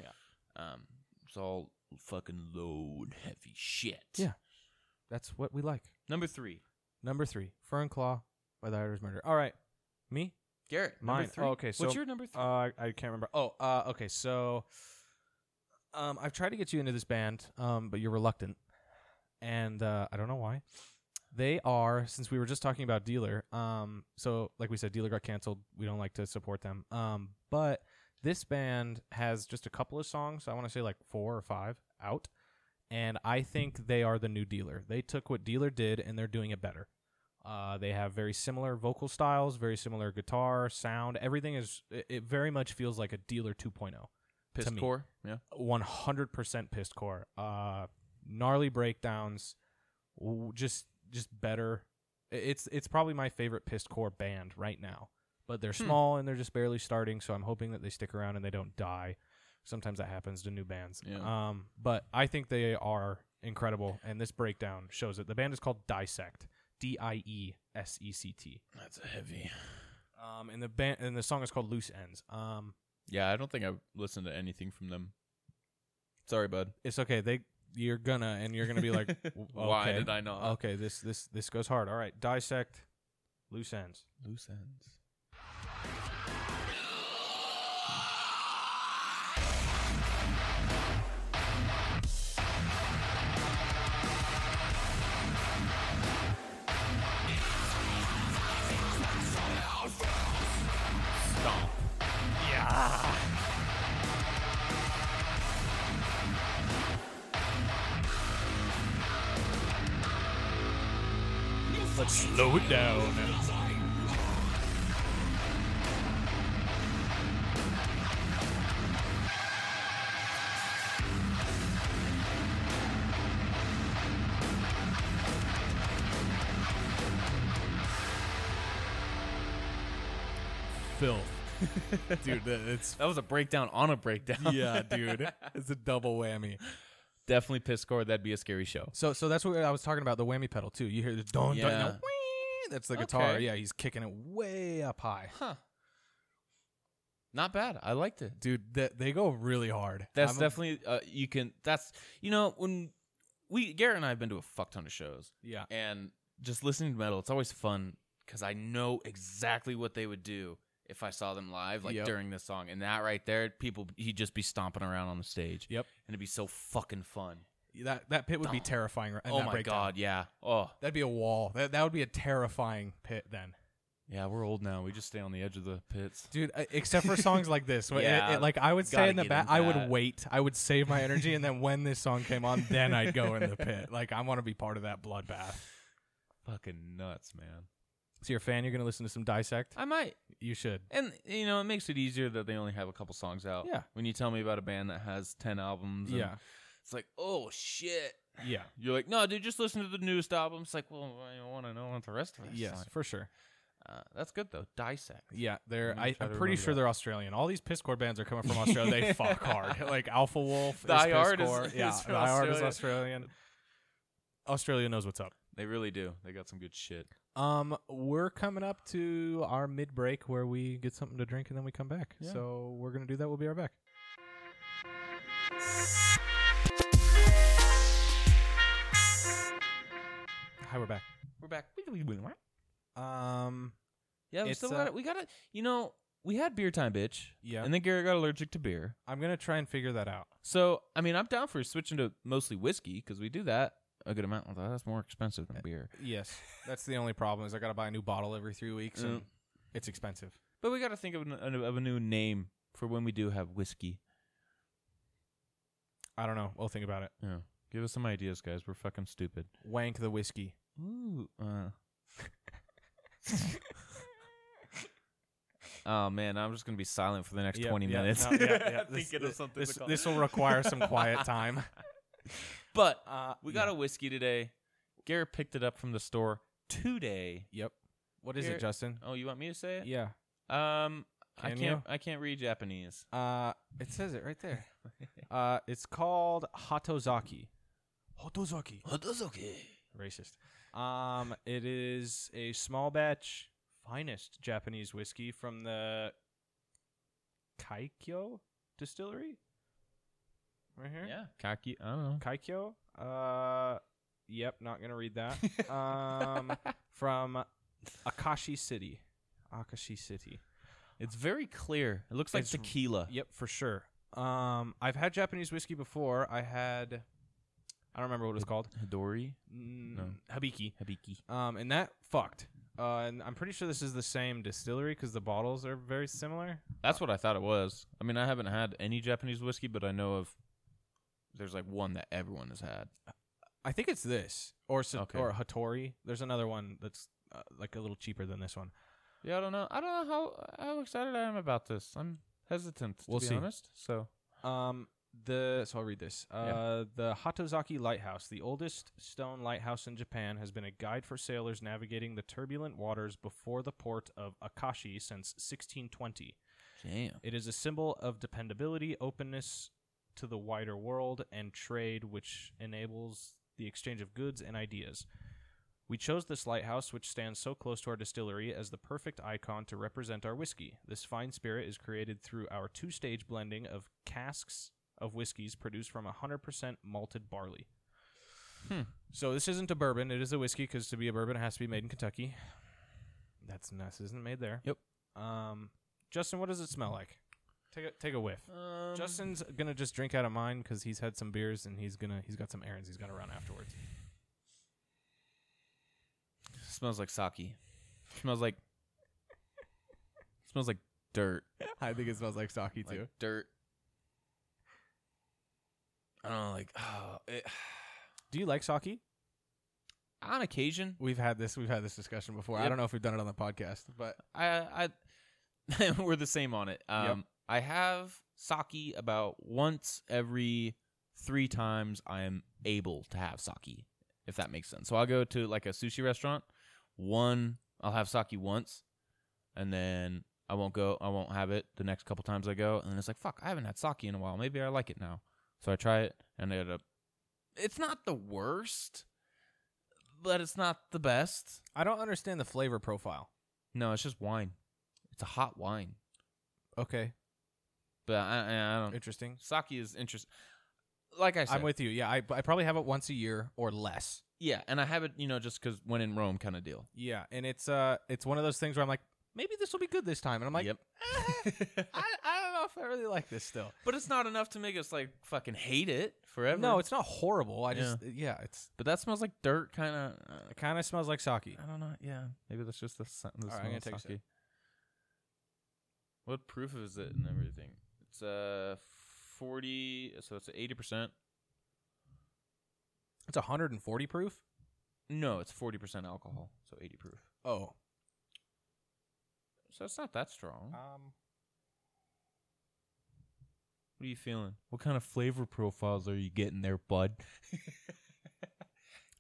B: yeah. Um, it's all fucking load heavy shit.
A: Yeah. That's what we like.
B: Number three,
A: Number three, Fur and Claw by the Idol's Murder. All right, me.
B: Garrett.
A: Mine.
B: Number three.
A: Oh, okay, so-
B: what's your number three?
A: Uh, I can't remember. Oh, uh, okay. So, um, I've tried to get you into this band, um, but you're reluctant, and uh, I don't know why. They are since we were just talking about Dealer. Um, so like we said, Dealer got canceled. We don't like to support them. Um, but this band has just a couple of songs. I want to say like four or five out, and I think they are the new Dealer. They took what Dealer did and they're doing it better. Uh, they have very similar vocal styles, very similar guitar sound. Everything is it, it very much feels like a Dealer 2.0.
B: Piss
A: me.
B: core. Yeah.
A: 100% pissed core. Uh, gnarly breakdowns, w- just just better. I- It's it's probably my favorite pissed core band right now. But they're
B: Hmm.
A: small and they're just barely starting, so I'm hoping that they stick around and they don't die. Sometimes that happens to new bands.
B: Yeah.
A: Um, but I think they are incredible, and this breakdown shows it. The band is called Dissect. D I E S E C T.
B: That's a heavy.
A: Um, and the band and the song is called Loose Ends. Um,
B: Yeah, I don't think I've listened to anything from them. Sorry, bud.
A: it's okay. They you're gonna and you're gonna be
B: (laughs)
A: like, w-
B: Why
A: okay.
B: did I not?
A: okay, this this this goes hard. All right, dissect loose ends.
B: Loose ends. Stomp.
C: Let's slow it down. Filth. Dude, that- it's.
B: That was a breakdown on a (laughs)
A: (laughs)
B: breakdown.
C: Yeah, dude. It's a double whammy.
B: Definitely piss score. That'd be a scary show.
A: So so that's what I was talking about. The whammy pedal too. You hear the don don.
B: Yeah.
A: and the whee, That's the guitar.
B: Okay.
A: Yeah, he's kicking it way up high.
B: Huh. Not bad. I liked it.
A: Dude, they, they go really hard.
B: That's
A: I'm a-
B: definitely uh, you can. That's you know when we Garrett and I have been to a fuck ton of shows
A: yeah.
B: and just listening to metal. It's always fun because I know exactly what they would do if I saw them live, like
A: Yep.
B: during this song. And that right there, people he'd just be stomping around on the stage.
A: Yep.
B: and it'd be so fucking fun.
A: that that pit would be terrifying. in
B: oh
A: that
B: my
A: breakdown.
B: god, yeah. Oh,
A: that'd be a wall. That that would be a terrifying pit then,
B: yeah. We're old now. We just stay on the edge of the pits.
A: dude. uh, Except for songs like this, When it-
B: Yeah,
A: it- like I would stay
B: gotta
A: in the
B: get
A: back.
B: into
A: I would
B: that.
A: wait. I would save my energy, and then when this song came on, then I'd go in the
B: (laughs)
A: pit. Like I want to be part of that bloodbath.
C: Fucking nuts, man.
A: So you're a fan. You're gonna listen to some dissect.
B: I might,
A: You should.
B: and you know, it makes it easier that they only have a couple songs out.
A: Yeah.
B: When you tell me about a band that has ten albums, and
A: Yeah,
B: It's like, oh shit.
A: yeah,
B: You're like, no, dude, just listen to the newest album. It's like, well, I want to know what the rest of it. is
A: yes,
B: like.
A: for sure.
B: Uh, that's good though. Dissect.
A: Yeah, they're.
B: I'm gonna
A: I,
B: try
A: I'm
B: to
A: pretty
B: remember
A: sure
B: that.
A: they're Australian. All these pisscore bands are coming from Australia.
B: (laughs)
A: They fuck hard. Like Alpha Wolf, is
B: Die Hard (laughs) is-
A: pisscore.
B: is
A: yeah,
B: from
A: Die Hard is
B: Australia.
A: Australian. Australia knows what's up.
B: They really do. They got some good shit.
A: Um, we're coming up to our mid break where we get something to drink and then we come back.
B: Yeah.
A: So we're gonna do that. We'll be right back. Hi, we're back.
B: We're back.
A: Um,
B: Yeah, we
A: It's,
B: still
A: uh,
B: got it. We got it. You know, we had beer time, bitch.
A: Yeah.
B: And then Gary got allergic to beer.
A: I'm gonna try and figure that out.
B: So I mean, I'm down for switching to mostly whiskey because we do that a good amount. Although that's more expensive than beer.
A: Yes, that's the only problem is I gotta buy a new bottle every three weeks and
B: Mm.
A: it's expensive.
B: But we got to think of, an, of a new name for when we do have whiskey.
A: I don't know. We'll think about it.
B: Yeah. Give us some ideas, guys. We're fucking stupid.
A: Wank the whiskey. (laughs)
B: Ooh. Uh. oh man, I'm just gonna be silent for the next
A: Yep,
B: 20
A: yep,
B: minutes.
A: no, yep, (laughs)
B: (laughs)
A: yep. This-
B: Thinking of
A: thi-
B: something to
A: This
B: call.
A: this will require some
B: (laughs)
A: quiet (laughs) time.
B: But
A: Uh,
B: we got a whiskey today. Garrett picked it up from the store today.
A: Yep. What is
B: Here-
A: it, Justin?
B: Oh, you want me to say it?
A: Yeah.
B: Um, I
A: Can
B: can't.
A: you?
B: I can't read Japanese. (laughs)
A: Uh, it says it right there. uh, it's called Hatozaki. Hatozaki.
B: that's okay.
A: Racist. Um, it is a small batch, finest Japanese whiskey from the Kaikyo distillery. Right here.
B: Yeah, cocky. I don't know.
A: Kaikyo. Uh, yep. Not gonna read
B: (laughs)
A: that.
B: Uh,
A: um, from Akashi City. Akashi City.
B: It's very clear. It looks like
A: It's-
B: tequila.
A: Yep, for sure. Um, I've had Japanese whiskey before. I had, I don't remember what it was called.
B: Hidori
A: Mm,
B: No.
A: Habiki.
B: Habiki.
A: Um, and that fucked. Uh, and I'm pretty sure this is the same distillery because the bottles are very similar.
B: That's what I thought it was. I mean, I haven't had any Japanese whiskey, but I know of. There's like one that everyone has had.
A: I think it's this or Sa-
B: Okay.
A: or Hattori. There's another one that's uh, like a little cheaper than this one.
B: Yeah, I don't know. I don't know how how excited I am about this. I'm hesitant to
A: We'll
B: be
A: see.
B: honest. So
A: Um, the so I'll read this. Uh,
B: Yeah.
A: The Hatozaki Lighthouse, the oldest stone lighthouse in Japan, has been a guide for sailors navigating the turbulent waters before the port of Akashi since 1620.
B: damn.
A: It is a symbol of dependability, openness to the wider world, and trade, which enables the exchange of goods and ideas. We chose this lighthouse, which stands so close to our distillery, as the perfect icon to represent our whiskey. This fine spirit is created through our two stage blending of casks of whiskeys produced from 100% malted barley.
B: Hmm.
A: So this isn't a bourbon, it is a whiskey, because to be a bourbon, it has to be made in Kentucky. That's this isn't made there.
B: Yep.
A: Um, Justin, what does it smell like? Take a take a whiff.
B: Um,
A: Justin's gonna just drink out of mine because he's had some beers and he's gonna he's got some errands he's gonna run afterwards.
B: smells like sake. Smells like smells like dirt.
C: I think it smells like sake
B: Like dirt. I don't know, like (sighs) oh, it,
A: Do you like sake?
B: on occasion
C: We've had this. We've had this discussion before. I
B: Yep.
C: don't know if we've done it on the podcast, but
B: I I (laughs) we're the same on it. Um I have sake about once every three times I am able to have sake, if that makes sense. So I'll go to like a sushi restaurant, one I'll have sake once, and then I won't go I won't have it the next couple times I go, and then it's like, fuck, I haven't had sake in a while. Maybe I like it now. So I try it and I end up it's not the worst, but it's not the best.
A: I don't understand the flavor profile.
B: No, it's just wine. It's a hot wine.
A: Okay,
B: But I, I I don't.
A: interesting.
B: Sake is interesting. Like I said,
A: I'm with you. Yeah, I I probably have it once a year or less.
B: yeah, and I have it, you know, just because when in Rome kind of deal.
A: Yeah, and it's uh it's one of those things where I'm like, maybe this will be good this time. And I'm like,
B: Yep.
A: "Eh, I, I don't know if I really like this still.
B: But it's not enough to make us like fucking hate it forever.
A: No, it's not horrible. I just yeah, it's
B: but that smells like dirt, kind of. Uh,
A: it kind of smells like sake.
B: I don't know. Yeah, maybe that's just the, sen- the
A: All right, I'm
B: smell
A: gonna
B: of
A: take a sip.
B: sake. What proof is it and everything? It's uh forty, so it's eighty percent.
A: It's 140 proof.
B: No, it's forty percent alcohol, so eighty proof.
A: Oh,
B: So it's not that strong.
A: um,
B: What are you feeling? What kind of flavor profiles are you getting there, bud?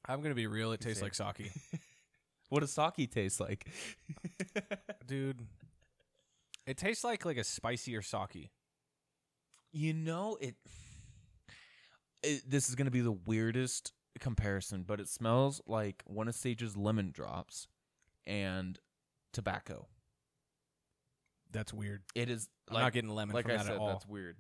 A: I'm gonna be real. It
B: You
A: tastes like sake,
B: What does sake taste like?
A: (laughs)
B: (laughs)
A: dude. It tastes like like a spicier sake.
B: You know it. it this is gonna be the weirdest comparison, but it smells like one of Sage's lemon drops and tobacco.
A: That's weird.
B: It is
A: I'm
B: like
A: not getting lemon
B: like
A: from
B: I
A: that
B: said.
A: at all.
B: That's weird.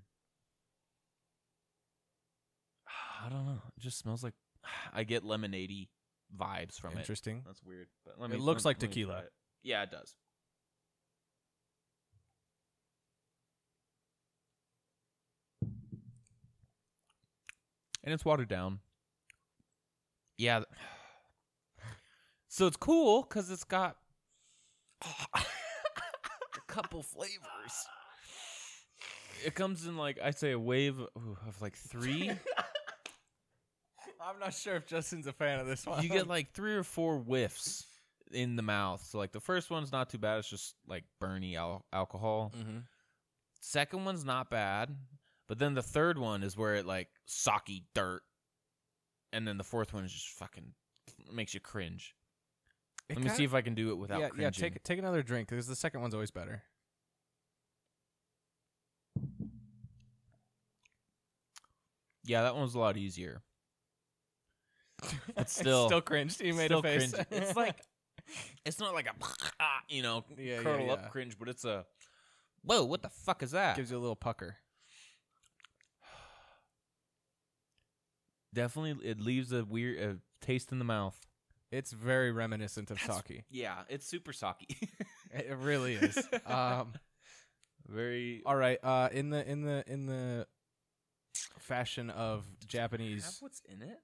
B: (sighs) I don't know. It just smells like (sighs) I get lemonade vibes from it.
A: Interesting.
B: That's weird. But let
A: It
B: me,
A: looks
B: let-
A: like
B: let me try
A: tequila.
B: it. Yeah, it does. And it's watered down. Yeah. (sighs) th- So it's cool because it's got a couple flavors. (laughs) It comes in like I'd say a wave ooh, of like three.
A: I'm not sure if Justin's a fan of this (laughs)
B: you get like three or four whiffs in the mouth. So like the first one's not too bad. It's just like burny al- alcohol.
A: hmm
B: Second one's not bad, but then the third one is where it like socky dirt, and then the fourth one is just fucking makes you cringe. Let me see if I can do it without
A: yeah,
B: cringing.
A: yeah. Take take another drink because the second one's always better.
B: Yeah, that one's a lot easier.
A: (laughs)
B: But still-
A: still cringed. You made
B: still
A: a face. (laughs)
B: cringy. It's like it's not like a (laughs) ah, you know
A: Yeah, yeah,
B: curl
A: yeah.
B: up cringe, but it's a whoa, what the fuck is that?
A: gives you a little pucker.
B: Definitely, it leaves a weird uh, taste in the mouth.
A: It's very reminiscent of
B: That's-
A: sake.
B: Yeah, it's super socky.
A: It it really
B: (laughs)
A: is. (laughs) um,
B: Very.
A: all right. Uh, in the in the in the fashion of Japanese,
B: what's in it?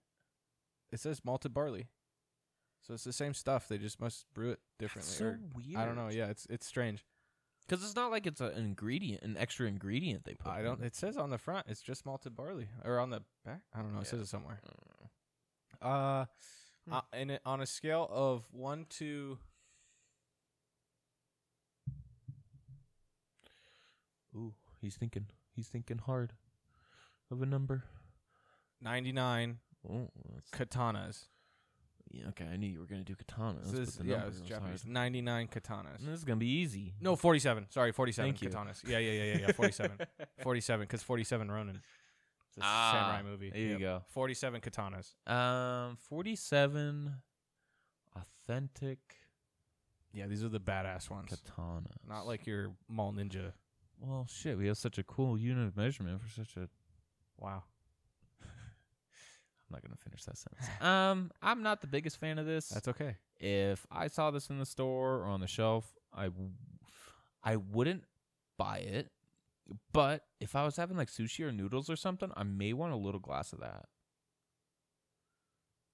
A: it says malted barley, so it's the same stuff. They just must brew it differently.
B: so
A: or-
B: weird.
A: I don't know. Yeah, it's it's strange.
B: because it's not like it's a- an ingredient, an extra ingredient they put.
A: I
B: in
A: don't.
B: It.
A: It says on the front, it's just malted barley, or on the back. I don't know. It
B: Yeah.
A: says it somewhere.
B: I don't know.
A: Uh,
B: Hmm.
A: uh and it, on a scale of one to
B: Ooh, he's thinking. He's thinking hard of a number.
A: ninety nine
B: Oh, that's,
A: katanas.
B: yeah. Okay, I knew you were gonna do katanas.
A: So this,
B: but the
A: yeah,
B: number
A: it's
B: was
A: Japanese.
B: hard.
A: Ninety nine katanas.
B: This is gonna be easy.
A: No, forty seven. Sorry, forty seven
B: Thank you.
A: katanas. Yeah, yeah, yeah, yeah, yeah. Forty
B: (laughs)
A: seven. forty seven, because forty seven Ronin. It's a
B: Ah,
A: samurai movie.
B: There you go.
A: Forty seven katanas.
B: Um, forty-seven authentic
A: Yeah, these are the badass ones.
B: katana.
A: Not like your mall ninja.
B: well, shit. We have such a cool unit of measurement for such a. I'm
A: Wow.
B: not gonna finish that sentence. um, I'm not the biggest fan of this.
A: That's okay.
B: if I saw this in the store or on the shelf, I w- I wouldn't buy it. But if I was having like sushi or noodles or something, I may want a little glass of that.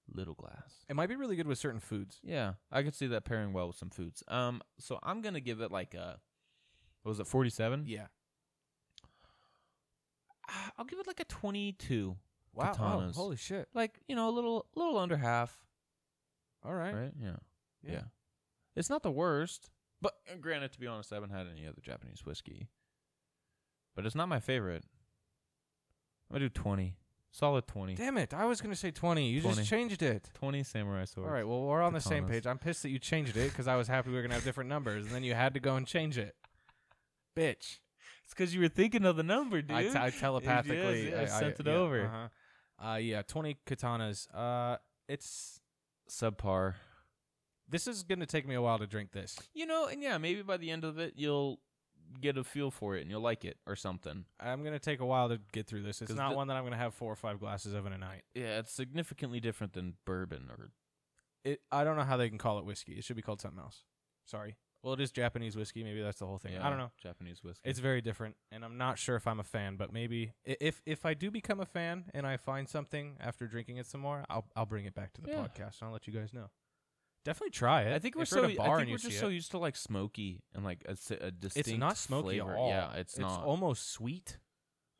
B: Little glass.
A: It might be really good with certain foods.
B: Yeah, I could see that pairing well with some foods. Um, so I'm gonna give it like a, what was it, forty seven?
A: Yeah.
B: I'll give it like a twenty two.
A: Wow. oh,
B: Katanas.
A: holy shit.
B: Like you know, a little, little under half.
A: All right.
B: Right? Yeah.
A: Yeah.
B: yeah. It's not the worst, but uh, granted, to be honest, I haven't had any other Japanese whiskey. But it's not my favorite. I'm gonna do twenty, solid twenty,
A: Damn it. I was going to say 20. You
B: 20.
A: just changed it.
B: twenty samurai
A: All
B: swords.
A: right. Well, we're on the same
B: Katanas.
A: page. I'm pissed that you changed it because I was happy we were going to have different numbers, and then you had to go and change it. Bitch.
B: it's because you were thinking of the number,
A: I,
B: dude.
A: t- I telepathically
B: It is, I sent it
A: yeah,
B: over.
A: Uh-huh. Uh, yeah, twenty katanas. Uh, it's
B: Subpar.
A: this is gonna take me a while to drink this.
B: You know, and yeah, maybe by the end of it, you'll get a feel for it and you'll like it or something.
A: I'm gonna take a while to get through this. It's
B: 'Cause
A: not
B: the-
A: one that I'm gonna have four or five glasses of in a night.
B: Yeah, it's significantly different than bourbon or
A: It. I don't know how they can call it whiskey. It should be called something else. Sorry. Well, it is Japanese whiskey. Maybe that's the whole thing. I don't know.
B: Japanese whiskey.
A: It's very different, and I'm not sure if I'm a fan. But maybe i- if if I do become a fan and I find something after drinking it some more, I'll I'll bring it back to the
B: Yeah.
A: podcast and I'll let you guys know. Definitely try it.
B: I think we're
A: If
B: so.
A: you're
B: I
A: at a bar
B: think
A: and
B: we're
A: you
B: just
A: see
B: so
A: it,
B: used to like smoky and like a, s- a distinct.
A: it's not smoky
B: flavor.
A: at all.
B: Yeah, it's, not.
A: almost sweet,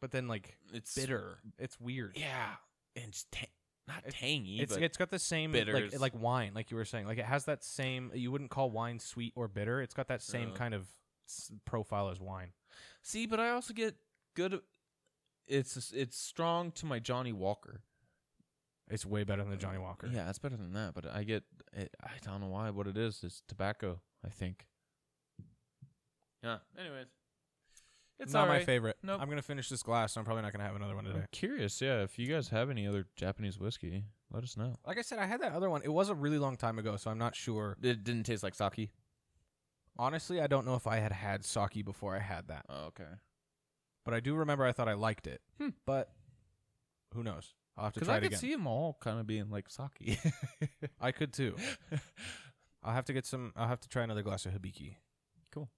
A: but then like
B: it's
A: bitter. It's weird.
B: Yeah, and it's ta- not
A: It's-
B: tangy.
A: It's
B: but
A: it's got the same like
B: bitters.
A: like wine, like you were saying. Like it has that same. You wouldn't call wine sweet or bitter. It's got that same
B: Uh.
A: kind of s- profile as wine.
B: See, but I also get good. It's it's strong to my Johnny Walker.
A: It's way better than the Johnny Walker.
B: Yeah, it's better than that. But I get it, I don't know why. What it is is tobacco. I think. Yeah. Anyways, it's
A: not my
B: alright.
A: favorite.
B: Nope.
A: I'm gonna finish this glass. and I'm probably not gonna have another one today.
B: I'm curious. Yeah, if you guys have any other Japanese whiskey, let us know.
A: Like I said, I had that other one. It was a really long time ago, so I'm not sure.
B: It didn't taste like sake.
A: Honestly, I don't know if I had had sake before I had that,
B: Oh, okay.
A: but I do remember I thought I liked it.
B: Hmm.
A: But who knows? I'll have to
B: Because
A: try
B: I
A: it
B: could
A: again.
B: see them all kind of being like sake. (laughs)
A: I could too. I'll have to get some. I'll have to try another glass of hibiki.
B: Cool.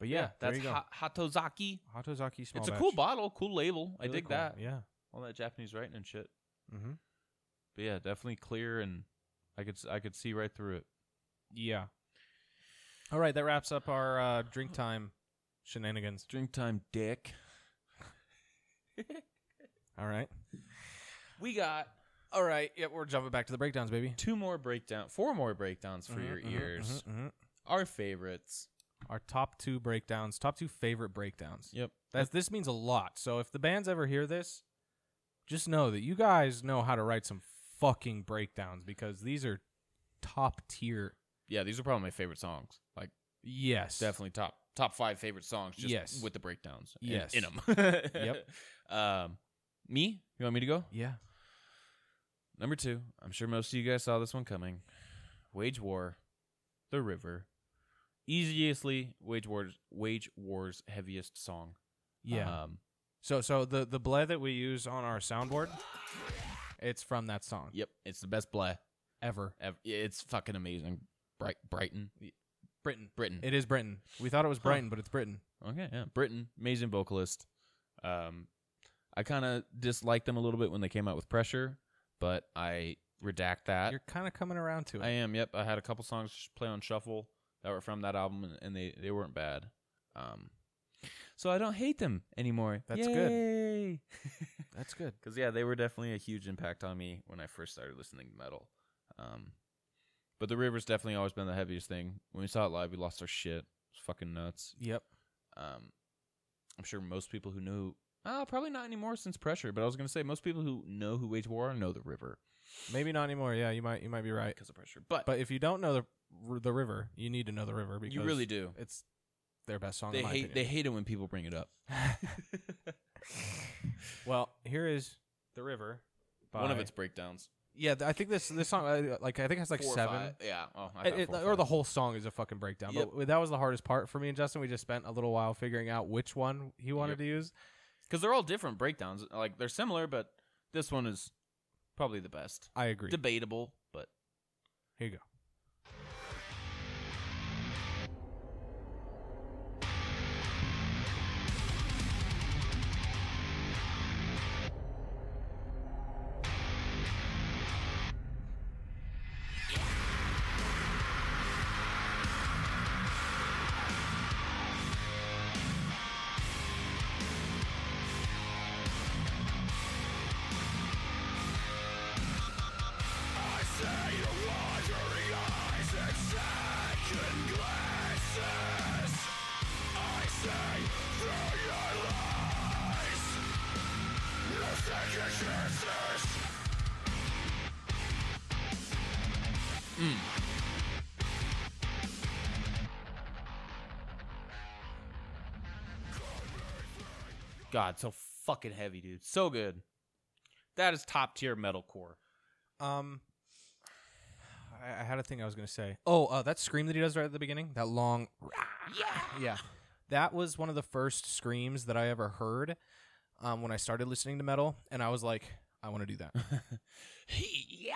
A: But yeah, there
B: that's
A: you go.
B: ha- Hatozaki.
A: Hatozaki small
B: it's a
A: batch.
B: cool bottle, cool label. I
A: Really
B: dig
A: cool.
B: that.
A: Yeah.
B: All that Japanese writing and shit.
A: Mm-hmm.
B: But yeah, definitely clear and I could s- I could see right through it.
A: Yeah. All right, that wraps up our uh, (gasps) drink time shenanigans.
B: Drink time, dick.
A: All right.
B: We got
A: All right. Yeah, we're jumping back to the breakdowns, baby.
B: two more breakdown, four more breakdowns for
A: Mhm,
B: your
A: mhm,
B: ears.
A: mhm, mhm.
B: Our favorites.
A: Our top two breakdowns, top two favorite breakdowns.
B: Yep.
A: That's this means a lot. So if the bands ever hear this, just know that you guys know how to write some fucking breakdowns because these are top tier.
B: Yeah, these are probably my favorite songs. Like
A: Yes,
B: definitely top top five favorite songs. Just
A: Yes.
B: with the breakdowns.
A: Yes.
B: in (laughs) them. yep. Um, me. You want me to go?
A: Yeah.
B: Number two, I'm sure most of you guys saw this one coming. Wage War, The River. Easiestly, Wage War's, Wage War's heaviest song.
A: Yeah.
B: Um,
A: so so the the bleh that we use on our soundboard, it's from that song
B: yep. It's the best blah
A: ever.
B: ever. It's fucking amazing. Bright, Brighton.
A: Britain.
B: Britain.
A: It is Britain. We thought it was
B: Huh.
A: Brighton, but it's Britain.
B: okay, yeah. Britain. Amazing vocalist. Um, I kind of disliked them a little bit when they came out with Pressure, but I redact that.
A: You're kind of coming around to it.
B: I am. Yep. I had a couple songs just play on shuffle that were from that album, and, and they they weren't bad. Um, so I don't hate them anymore.
A: That's good.
B: good.
A: That's good.
B: Because yeah, they were definitely a huge impact on me when I first started listening to metal. Um, but the river's definitely always been the heaviest thing. When we saw it live, we lost our shit. It's fucking nuts.
A: Yep.
B: Um, I'm sure most people who knew. Uh, probably not anymore since pressure, but I was gonna say most people who know who Wage War are know the river
A: Maybe not anymore. Yeah, you might you might be right.
B: because of pressure. But,
A: But if you don't know the r- the river, you need to know the river because
B: you really do.
A: It's their best song.
B: They
A: in my
B: hate they
A: opinion.
B: hate it when people bring it (laughs) up.
A: Well, here is the river.
B: One of
A: by-
B: its breakdowns.
A: Yeah, th- I think this this song uh, like I think it's like
B: Four or
A: seven.
B: five. Yeah. Oh, I
A: It-
B: thought
A: it-
B: four
A: or the
B: five.
A: whole song is a fucking breakdown.
B: Yep.
A: But that was the hardest part for me and Justin. We just spent a little while figuring out which one he wanted
B: Yep.
A: to use.
B: because they're all different breakdowns. Like they're similar, but this one is probably the best.
A: I agree.
B: Debatable, but
A: Here you go.
B: God, so fucking heavy, dude. So good. That is top tier metalcore.
A: Um, (sighs) I, I had a thing I was gonna say. Oh, uh, that scream that he does right at the beginning, that long, (sighs)
B: (laughs)
A: yeah, that was one of the first screams that I ever heard um, when I started listening to metal, and I was like, I want to do that.
B: yeah.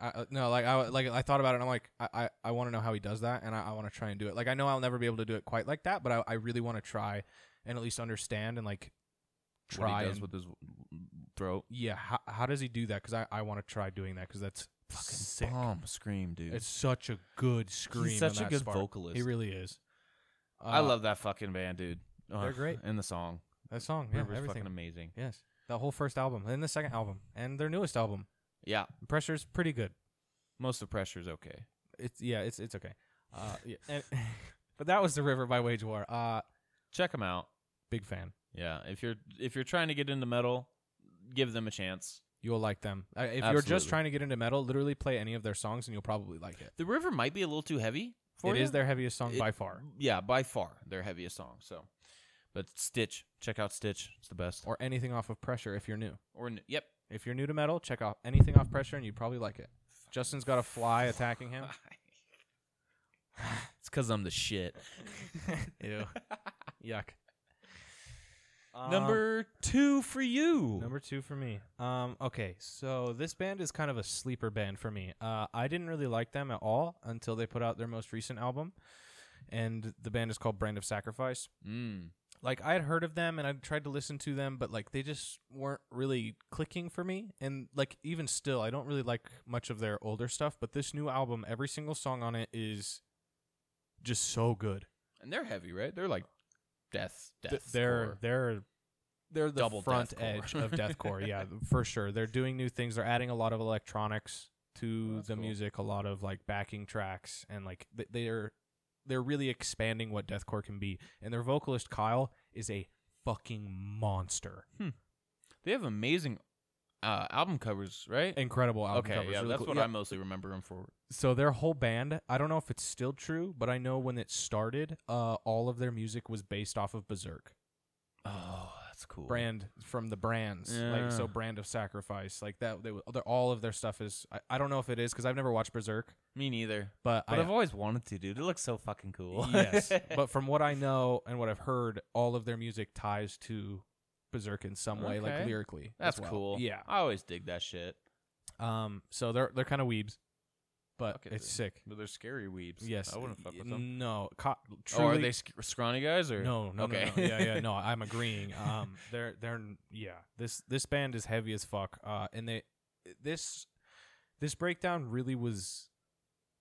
A: I, uh, no, like I like I thought about it. and I'm like I I, I want to know how he does that, and I, I want to try and do it. Like I know I'll never be able to do it quite like that, but I, I really want to try and at least understand and like
B: what
A: try
B: he does
A: and-
B: with his throat.
A: yeah. How, how does he do that? Because I I want to try doing that because that's fucking sick.
B: Bomb scream, dude.
A: It's such a good scream.
B: He's such
A: and
B: a
A: that
B: good
A: spark.
B: vocalist.
A: He really is.
B: I
A: Uh,
B: love that fucking band, dude. Ugh,
A: great.
B: And the song.
A: that song. Yeah,
B: River's
A: everything.
B: fucking amazing.
A: Yes, the whole first album, and the second album, and their newest album.
B: Yeah.
A: Pressure's pretty good.
B: Most of the pressure's okay.
A: It's yeah, it's it's okay. Uh, yeah, and- (laughs) but that was the River by Wage War. Uh,
B: Check them out.
A: big fan.
B: Yeah. If you're if you're trying to get into metal, give them a chance.
A: You'll like them. Uh, if you're just
B: Absolutely.
A: trying to get into metal, literally play any of their songs and you'll probably like it.
B: The river might be a little too
A: It
B: heavy for
A: is
B: you.
A: their heaviest song
B: It-
A: by far,
B: Yeah, by far their heaviest song. So, but Stitch, check out Stitch. It's the best.
A: or anything off of Pressure if you're new.
B: Or n- yep.
A: If you're new to metal, check out anything off Pressure and you probably like it. Justin's got a
B: (laughs)
A: fly attacking him.
B: it's because I'm the shit.
A: Ew, yuck. Um,
B: number two for you.
A: Number two for me. Um, okay, so this band is kind of a sleeper band for me. Uh, I didn't really like them at all until they put out their most recent album, and the band is called Brand of Sacrifice.
B: Mm.
A: Like I had heard of them and I tried to listen to them, but like they just weren't really clicking for me. And like even still, I don't really like much of their older stuff. But this new album, every single song on it is just so good.
B: And they're heavy, right? They're like death, death.
A: Th- they're
B: core.
A: they're they're the
B: Double
A: front
B: deathcore.
A: (laughs) edge of deathcore. yeah, th- for sure. They're doing new things. They're adding a lot of electronics to
B: That's
A: the
B: cool.
A: music, a lot of like backing tracks, and like th- they're they're really expanding what deathcore can be. And their vocalist Kyle is a fucking monster.
B: they have amazing uh, album covers, right?
A: Incredible album
B: okay,
A: covers.
B: yeah,
A: really
B: that's
A: cool.
B: what
A: Yeah.
B: I mostly remember them for.
A: So their whole band, I don't know if it's still true, but I know when it started, uh, all of their music was based off of Berserk.
B: Oh, that's cool.
A: brand from the brands like
B: Yeah.
A: so brand of sacrifice like that they w- they're, all of their stuff is I, I don't know if it is because i've never watched berserk
B: Me neither.
A: but,
B: But I,
A: I,
B: have always wanted to, dude. It looks so fucking cool.
A: (laughs)
B: (laughs)
A: yes but from what i know and what i've heard all of their music ties to berserk in some way like
B: Okay.
A: lyrically as
B: that's
A: well.
B: cool.
A: yeah
B: I always dig that shit.
A: um so they're they're kind of weebs but
B: Okay,
A: it's
B: then.
A: sick
B: But they're scary weebs.
A: yes
B: I wouldn't fuck with
A: y-
B: them.
A: no co-
B: Oh, are
A: truly
B: they sc- scrawny guys or
A: No, no,
B: Okay.
A: no, no. yeah, yeah,
B: (laughs)
A: no. I'm agreeing. Um, they're they're yeah. This this band is heavy as fuck. Uh, and they this this breakdown really was.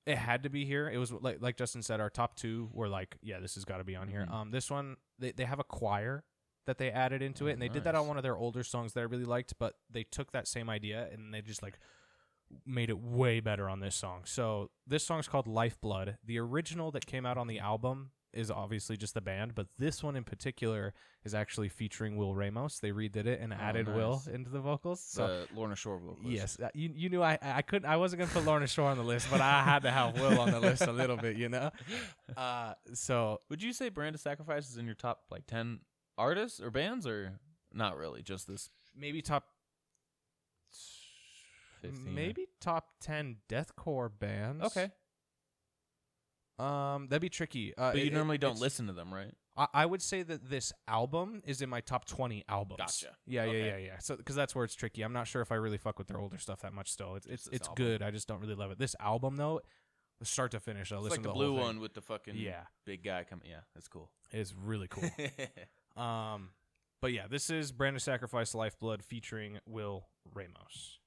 A: It had to be here. It was like like Justin said, our top two were like, yeah, this has got to be on here.
B: Mhm.
A: Um, this one they they have a choir that they added into
B: Oh,
A: it, and they did that
B: nice.
A: on one of their older songs that I really liked. But they took that same idea and they just like made it way better on this song. So this song's called Lifeblood. The original that came out on the album is obviously just the band, but this one in particular is actually featuring Will Ramos. They redid it and
B: Oh,
A: added Will
B: nice.
A: into the vocals. So
B: The Lorna Shore vocalist.
A: yes, uh, you, you knew I I couldn't I wasn't gonna put Lorna Shore on the list, but I had to have Will on the list a little bit, you
B: (laughs)
A: know. Uh, so
B: (gasps) Would you say Brand of Sacrifice is in your top like ten artists or bands or not really? Just this
A: maybe top
B: 15,
A: maybe top ten deathcore bands.
B: Okay.
A: Um, that'd be tricky. Uh,
B: But
A: it-
B: you
A: it-
B: normally don't
A: it's-
B: listen to them, right?
A: I, I would say that this album is in my top 20 albums.
B: Gotcha.
A: Yeah,
B: Okay.
A: yeah, yeah, yeah. So because that's where it's tricky. I'm not sure if I really fuck with their older stuff that much still. It's it's
B: Just this
A: it's
B: album.
A: good. I just don't really love it. This album though, start to finish, I
B: It's
A: listen
B: like
A: to
B: the
A: the
B: blue
A: whole thing.
B: one with the fucking
A: Yeah.
B: big guy coming. Yeah, that's cool. (laughs)
A: It's really cool.
B: Cool.
A: um but yeah, this is Brand of Sacrifice Lifeblood featuring Will Ramos.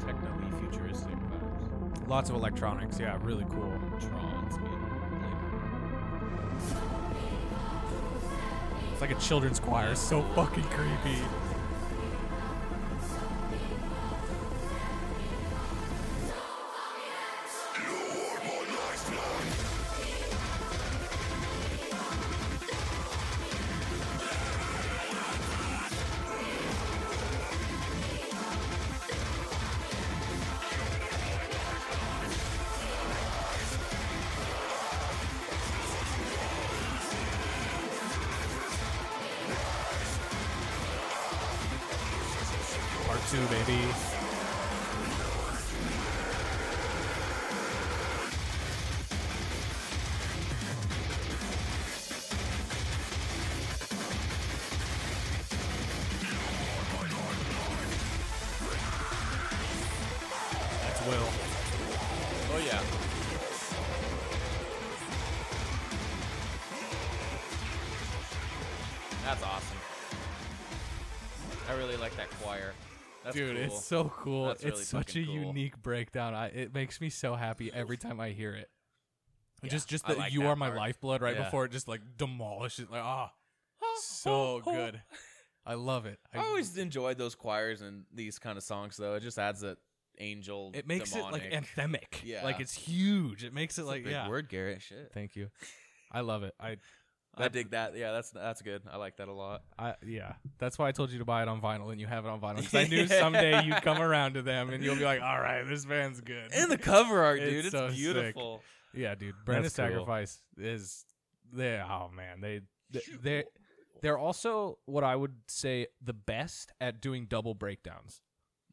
B: Technically futuristic vibes.
A: Lots of electronics. Yeah, really cool.
B: Tron speed.
A: It's like a children's choir. It's so fucking creepy. Part two, baby. will.
B: Oh yeah. That's awesome. I really like that choir. That's
A: Dude,
B: cool.
A: it's so cool.
B: That's
A: it's
B: really
A: such a
B: fucking cool.
A: unique breakdown. I, it makes me so happy
B: (laughs)
A: every time I hear it.
B: Yeah,
A: just just
B: I
A: that
B: like
A: you
B: that
A: are my
B: part.
A: lifeblood right
B: Yeah.
A: before it just like demolishes like ah so good. I love it.
B: I always enjoyed those choirs and these kind of songs though. It just adds that angel.
A: it makes it like
B: demonic-
A: anthemic.
B: Yeah.
A: Like it's huge. It makes it
B: It's a
A: like
B: big
A: yeah.
B: word, Garrett. Shit.
A: Thank you. I love it. I
B: I
A: That-
B: dig that. Yeah, that's that's good. I like that
A: (laughs)
B: a lot.
A: I yeah. That's why I told you to buy it on vinyl and you have it on vinyl cuz I
B: (laughs)
A: knew someday you'd come around to them and you'll be like, "All right, this band's good."
B: And the cover art,
A: It's
B: dude, it's,
A: so sick.
B: beautiful.
A: (laughs) Yeah, dude. Brand of
B: That's cool.
A: Sacrifice is they oh man, they
B: Shoot.
A: they are they're also what I would say the best at doing double breakdowns.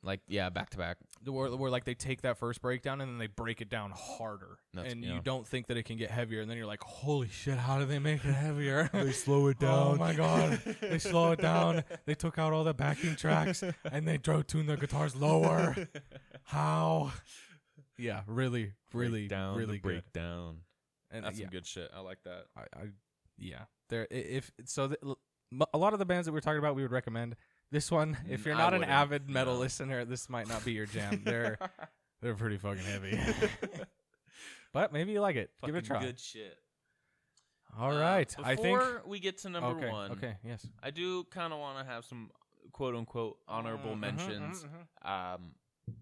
B: Like yeah, back to back.
A: The where, where like they take that first breakdown and then they break it down harder.
B: That's-
A: and
B: yeah.
A: you don't think that it can get heavier and then you're like, "Holy shit, how did they make it heavier?" (laughs)
C: slow it
A: Oh my (laughs) god. They slow it (laughs) down. They took out all the backing tracks and they drove tuned their guitars lower. How? Yeah, really, (laughs) really,
B: down,
A: really good.
B: breakdown.
A: And
B: That's
A: yeah,
B: some good shit. I like that.
A: I, I yeah. There, i- if so, the, l- m- a lot of the bands that we we're talking about, we would recommend this one. If
B: Mm,
A: you're
B: I
A: not an
B: wouldn't,
A: avid metal
B: no.
A: listener, this might not be your
B: (laughs)
A: jam. they're they're pretty fucking heavy, but maybe you like it. Give it a
B: Fucking
A: try.
B: Good shit.
A: All
B: Uh,
A: right, I think.
B: Before we get to number
A: okay,
B: one,
A: okay, yes.
B: I do kind of want to have some quote unquote honorable
A: Mhm, mhm,
B: mentions.
A: mhm.
B: Um,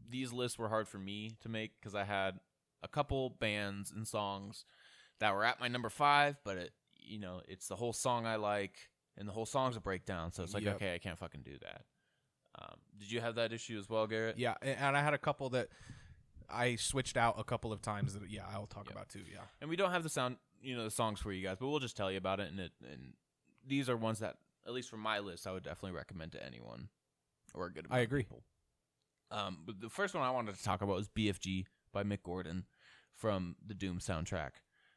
B: these lists were hard for me to make because I had a couple bands and songs that were at my number five, but it, you know, it's the whole song I like, and the whole song's a breakdown. So it's like,
A: Yep.
B: okay, I can't fucking do that. Um, did you have that issue as well, Garrett?
A: Yeah, a- and I had a couple that I switched out a couple of times. That yeah, I'll talk
B: Yeah.
A: about too. Yeah,
B: and we don't have the sound you know the songs for you guys but we'll just tell you about it and it and these are ones that at least from my list i would definitely recommend to anyone or a good amount
A: I
B: of
A: agree.
B: people. um but the first one i wanted to talk about was bfg by mick gordon from the doom soundtrack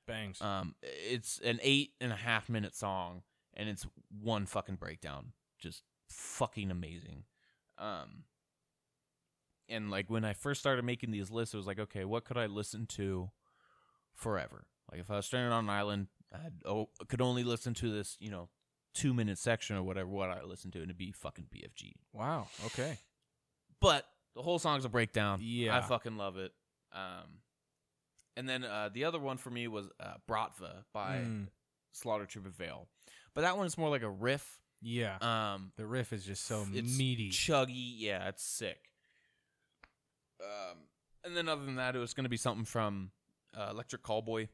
A: bangs.
B: um it's an eight and a half minute song and it's one fucking breakdown just fucking amazing um and like when i first started making these lists it was like okay what could i listen to forever like if i was stranded on an island i had, oh, could only listen to this you know two minute section or whatever what i listened to and it'd be fucking bfg
A: wow. Okay.
B: but the whole song's a breakdown.
A: Yeah.
B: I fucking love it. Um, and then uh, the other one for me was uh, Bratva by
A: Mm,
B: Slaughter Troop of Vale, but that one is more like a riff.
A: yeah.
B: Um,
A: the riff is just so
B: it's
A: meaty.
B: chuggy. Yeah, it's sick. Um, and then other than that, it was going to be something from uh, Electric Callboy.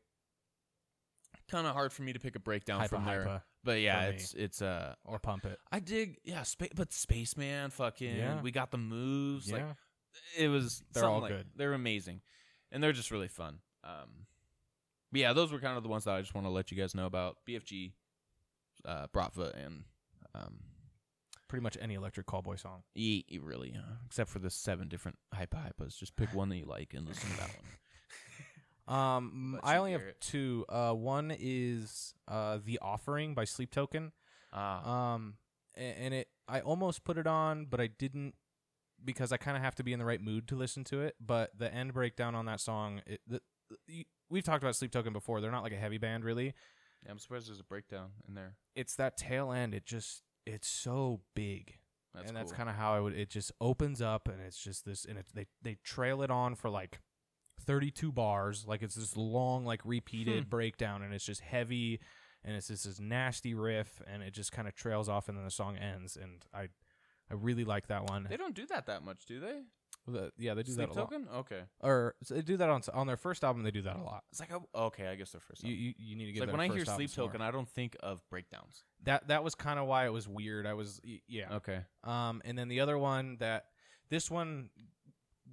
B: Kind of hard for me to pick a breakdown
A: Hypa,
B: from there,
A: hypa,
B: but yeah,
A: for me.
B: it's it's uh,
A: or pump it.
B: I dig yeah, spa- but Spaceman, fucking,
A: Yeah.
B: we got the moves, like
A: yeah.
B: it was
A: They're
B: something
A: all
B: like-
A: good.
B: They're amazing, and they're just really fun. Um, but yeah, those were kind of the ones that I just want to let you guys know about: BFG, uh, Bratva, and um,
A: Pretty much any electric cowboy song.
B: E. e- Really, uh, except for the seven different hype hypas. Just pick one that you like and listen to that one.
A: Um,
B: But
A: I
B: you
A: only have
B: hear it.
A: two. Uh, one is uh, "The Offering" by Sleep Token.
B: (laughs) Ah,
A: Um, a- and it, I almost put it on, but I didn't because I kind of have to be in the right mood to listen to it. But the end breakdown on that song, it, the, y we've talked about Sleep Token before. They're not like a heavy band, really.
B: yeah, I'm surprised there's a breakdown in there.
A: It's that tail end. It just, it's so big,
B: That's
A: and
B: cool.
A: that's kind of how I would. It just opens up, and it's just this, and it, they they trail it on for like. 32 bars like it's this long like repeated
B: Hmm.
A: breakdown and it's just heavy and it's just this nasty riff and it just kind of trails off and then the song ends and i i really like that one
B: They don't do that that much, do they?
A: The- yeah they do
B: Sleep
A: that a lot
B: token? Okay.
A: or so they do that on s- on their first album they do that a lot
B: It's like I, okay, I guess they're first.
A: you,
B: You,
A: you, you need to
B: it's
A: get
B: like
A: their
B: when I hear
A: first album
B: sleep
A: some more.
B: token, I don't think of breakdowns.
A: that that was kind of why it was weird i was y- yeah
B: Okay.
A: Um, and then the other one that this one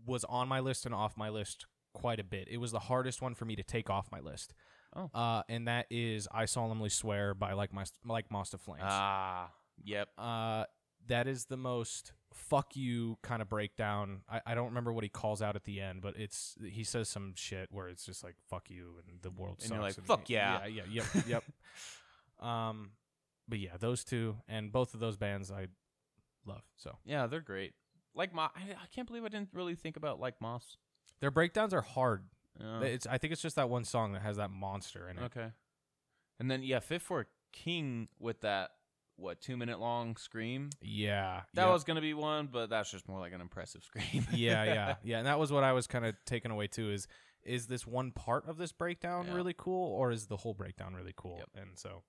A: was on my list and off my list quite a bit. It was the hardest one for me to take off my list.
B: Oh.
A: Uh, and that is "I solemnly swear" by like my like Mosta Flames.
B: Ah, yep.
A: Uh, that is the most fuck you kind of breakdown. I, I don't remember what he calls out at the end, but it's he says some shit where it's just like fuck you and the world
B: And
A: sucks.
B: you're like, "Fuck yeah."
A: yeah, yeah, yep,
B: (laughs)
A: yep. Um, but yeah, those two and both of those bands I love. So
B: Yeah, they're great. Like Moss, I, I can't believe I didn't really think about like Moss.
A: Their breakdowns are hard.
B: Oh,
A: It's I think it's just that one song that has that monster in it.
B: okay. And then yeah, fit for a king with that what two minute long scream.
A: Yeah.
B: That
A: yep.
B: was gonna be one, but that's just more like an impressive scream.
A: (laughs) yeah, yeah, yeah. And that was what I was kind of taken away too. Is is this one part of this breakdown
B: Yeah.
A: really cool, or is the whole breakdown really cool?
B: Yep.
A: And so,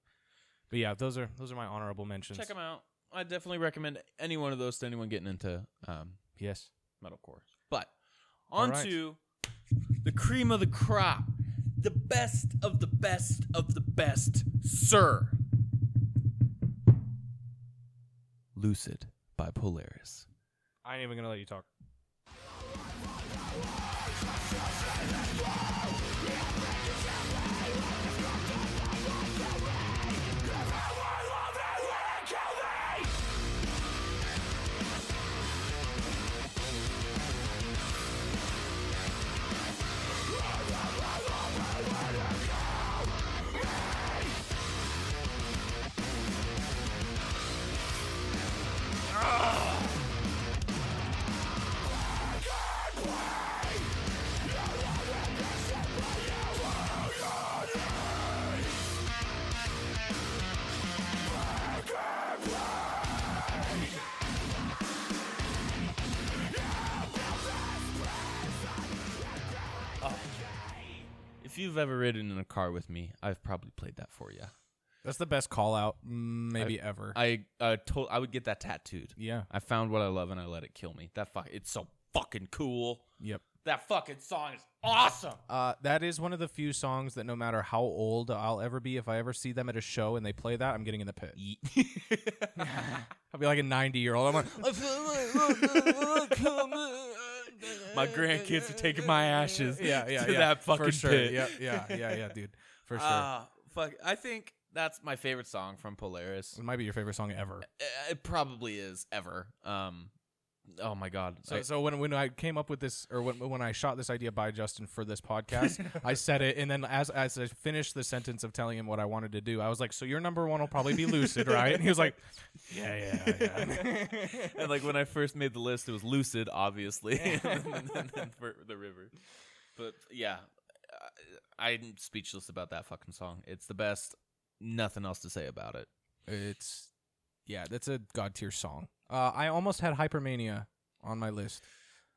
A: but yeah, those are those are my honorable mentions.
B: (laughs) Check them out. I definitely recommend any one of those to anyone getting into um,
A: Yes.
B: metalcore. But
A: All
B: on
A: right.
B: to the cream of the crop, the best of the best of the best, sir. Lucid by Polaris.
A: I ain't even gonna let you talk.
B: If you've ever ridden in a car with me, I've probably played that for you.
A: That's the best call out maybe ever.
B: I uh, told I would get that tattooed.
A: yeah.
B: I found what I love and I let it kill me. That fuck, it's so fucking cool.
A: Yep.
B: That fucking song is awesome.
A: Uh, that is one of the few songs that no matter how old I'll ever be, if I ever see them at a show and they play that, I'm getting in the pit. (laughs) I'll be like a 90 year (laughs) old. I'm like,
B: my grandkids are taking my ashes
A: yeah, yeah,
B: to
A: yeah.
B: that
A: for
B: fucking
A: sure.
B: pit.
A: Yeah,
B: (laughs)
A: yeah, yeah, yeah, dude. For sure.
B: Ah, fuck. I think that's my favorite song from Polaris.
A: it might be your favorite song ever.
B: Uh, It probably is ever. Um, oh my god.
A: So,
B: I-
A: so when when I came up with this, or when when I shot this idea by Justin for this (laughs) podcast, I said it, and then as as I finished the sentence of telling him what I wanted to do, I was like, "So your number one will probably be Lucid, right?" And he was like, "Yeah, yeah, yeah."
B: (laughs) and like when I first made the list, it was Lucid, obviously, (laughs) and then, and then for the river. But yeah, I, I'm speechless about that fucking song. It's the best. Nothing else to say about it.
A: it's yeah, that's a god tier song. Uh, I almost had Hypermania on my list.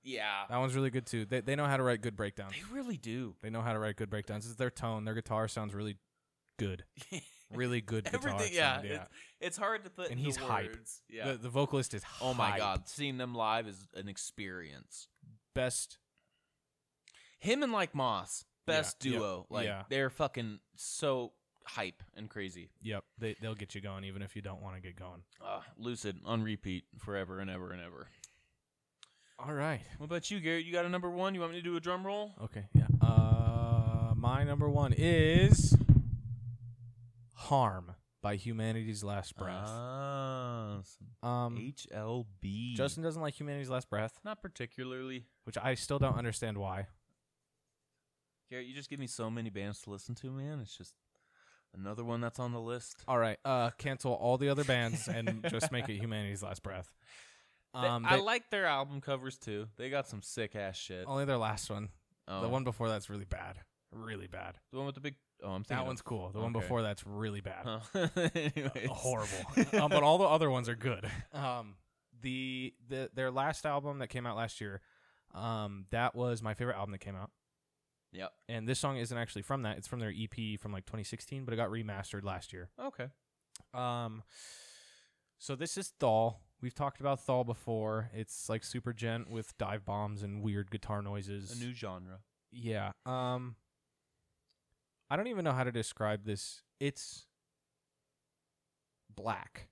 B: Yeah,
A: That one's really good too. They they know how to write good breakdowns.
B: they really do. (laughs)
A: They know how to write good breakdowns. It's their tone. Their guitar sounds really good. Really
B: (laughs)
A: good guitar.
B: Everything. Yeah,
A: sound, yeah.
B: It, it's hard to put.
A: And
B: into
A: he's hype.
B: words. Yeah.
A: The, the vocalist is
B: oh my
A: hype.
B: god, seeing them live is an experience.
A: best
B: Him and like Moss,
A: Yeah,
B: best
A: yeah,
B: duo. Like
A: yeah.
B: they're fucking so hype and crazy.
A: Yep, they they'll get you going even if you don't want to get going.
B: Uh, Lucid on repeat forever and ever and ever.
A: All right.
B: What about you, Garrett? You got a number one? You want me to do a drum roll?
A: Okay. Yeah. Uh, my number one is "Harm" by Humanity's Last Breath.
B: Ah, some
A: um,
B: HLB.
A: Justin doesn't like Humanity's Last Breath,
B: not particularly.
A: which I still don't understand why.
B: Garrett, you just give me so many bands to listen to, man. It's just another one that's on the list.
A: All right. Uh, cancel all the other bands
B: (laughs)
A: and just make it Humanity's Last Breath.
B: They-
A: Um,
B: I
A: they-
B: like their album covers too. They got some sick ass shit.
A: only their last one.
B: Oh,
A: The one before that's really bad. Really bad.
B: the one with the big. Oh, I'm thinking
A: That
B: of-
A: one's cool. The one
B: okay.
A: before that's really bad.
B: (laughs)
A: (laughs)
B: Huh. Anyways.
A: Uh, (laughs) horrible. um, but all the other ones are
B: (laughs)
A: good. Um, the the their last album that came out last year, um, that was my favorite album that came out.
B: Yep.
A: And this song isn't actually from that; it's from their EP from like 2016, but it got remastered last year.
B: Okay.
A: Um, so this is Thal. We've talked about Thal before. It's like super gent with dive bombs and weird guitar noises.
B: A new genre.
A: Yeah. Um I don't even know how to describe this. It's black.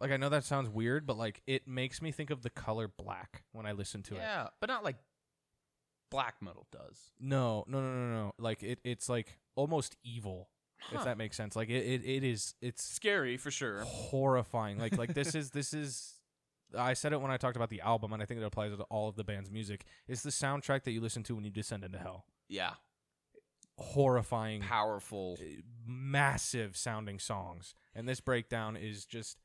A: Like I know that sounds weird, but like it makes me think of the color black when I listen to it.
B: yeah, but not like black metal does.
A: No, no, no, no, no. Like it it's like almost evil, if
B: Huh.
A: that makes sense. Like it, it, it is it's
B: Scary for sure.
A: horrifying. Like like
B: (laughs)
A: this is this is I said it when I talked about the album, and I think it applies to all of the band's music. It's the soundtrack that you listen to when you descend into hell.
B: Yeah.
A: Horrifying eh,
B: Powerful.
A: massive sounding songs and this breakdown is just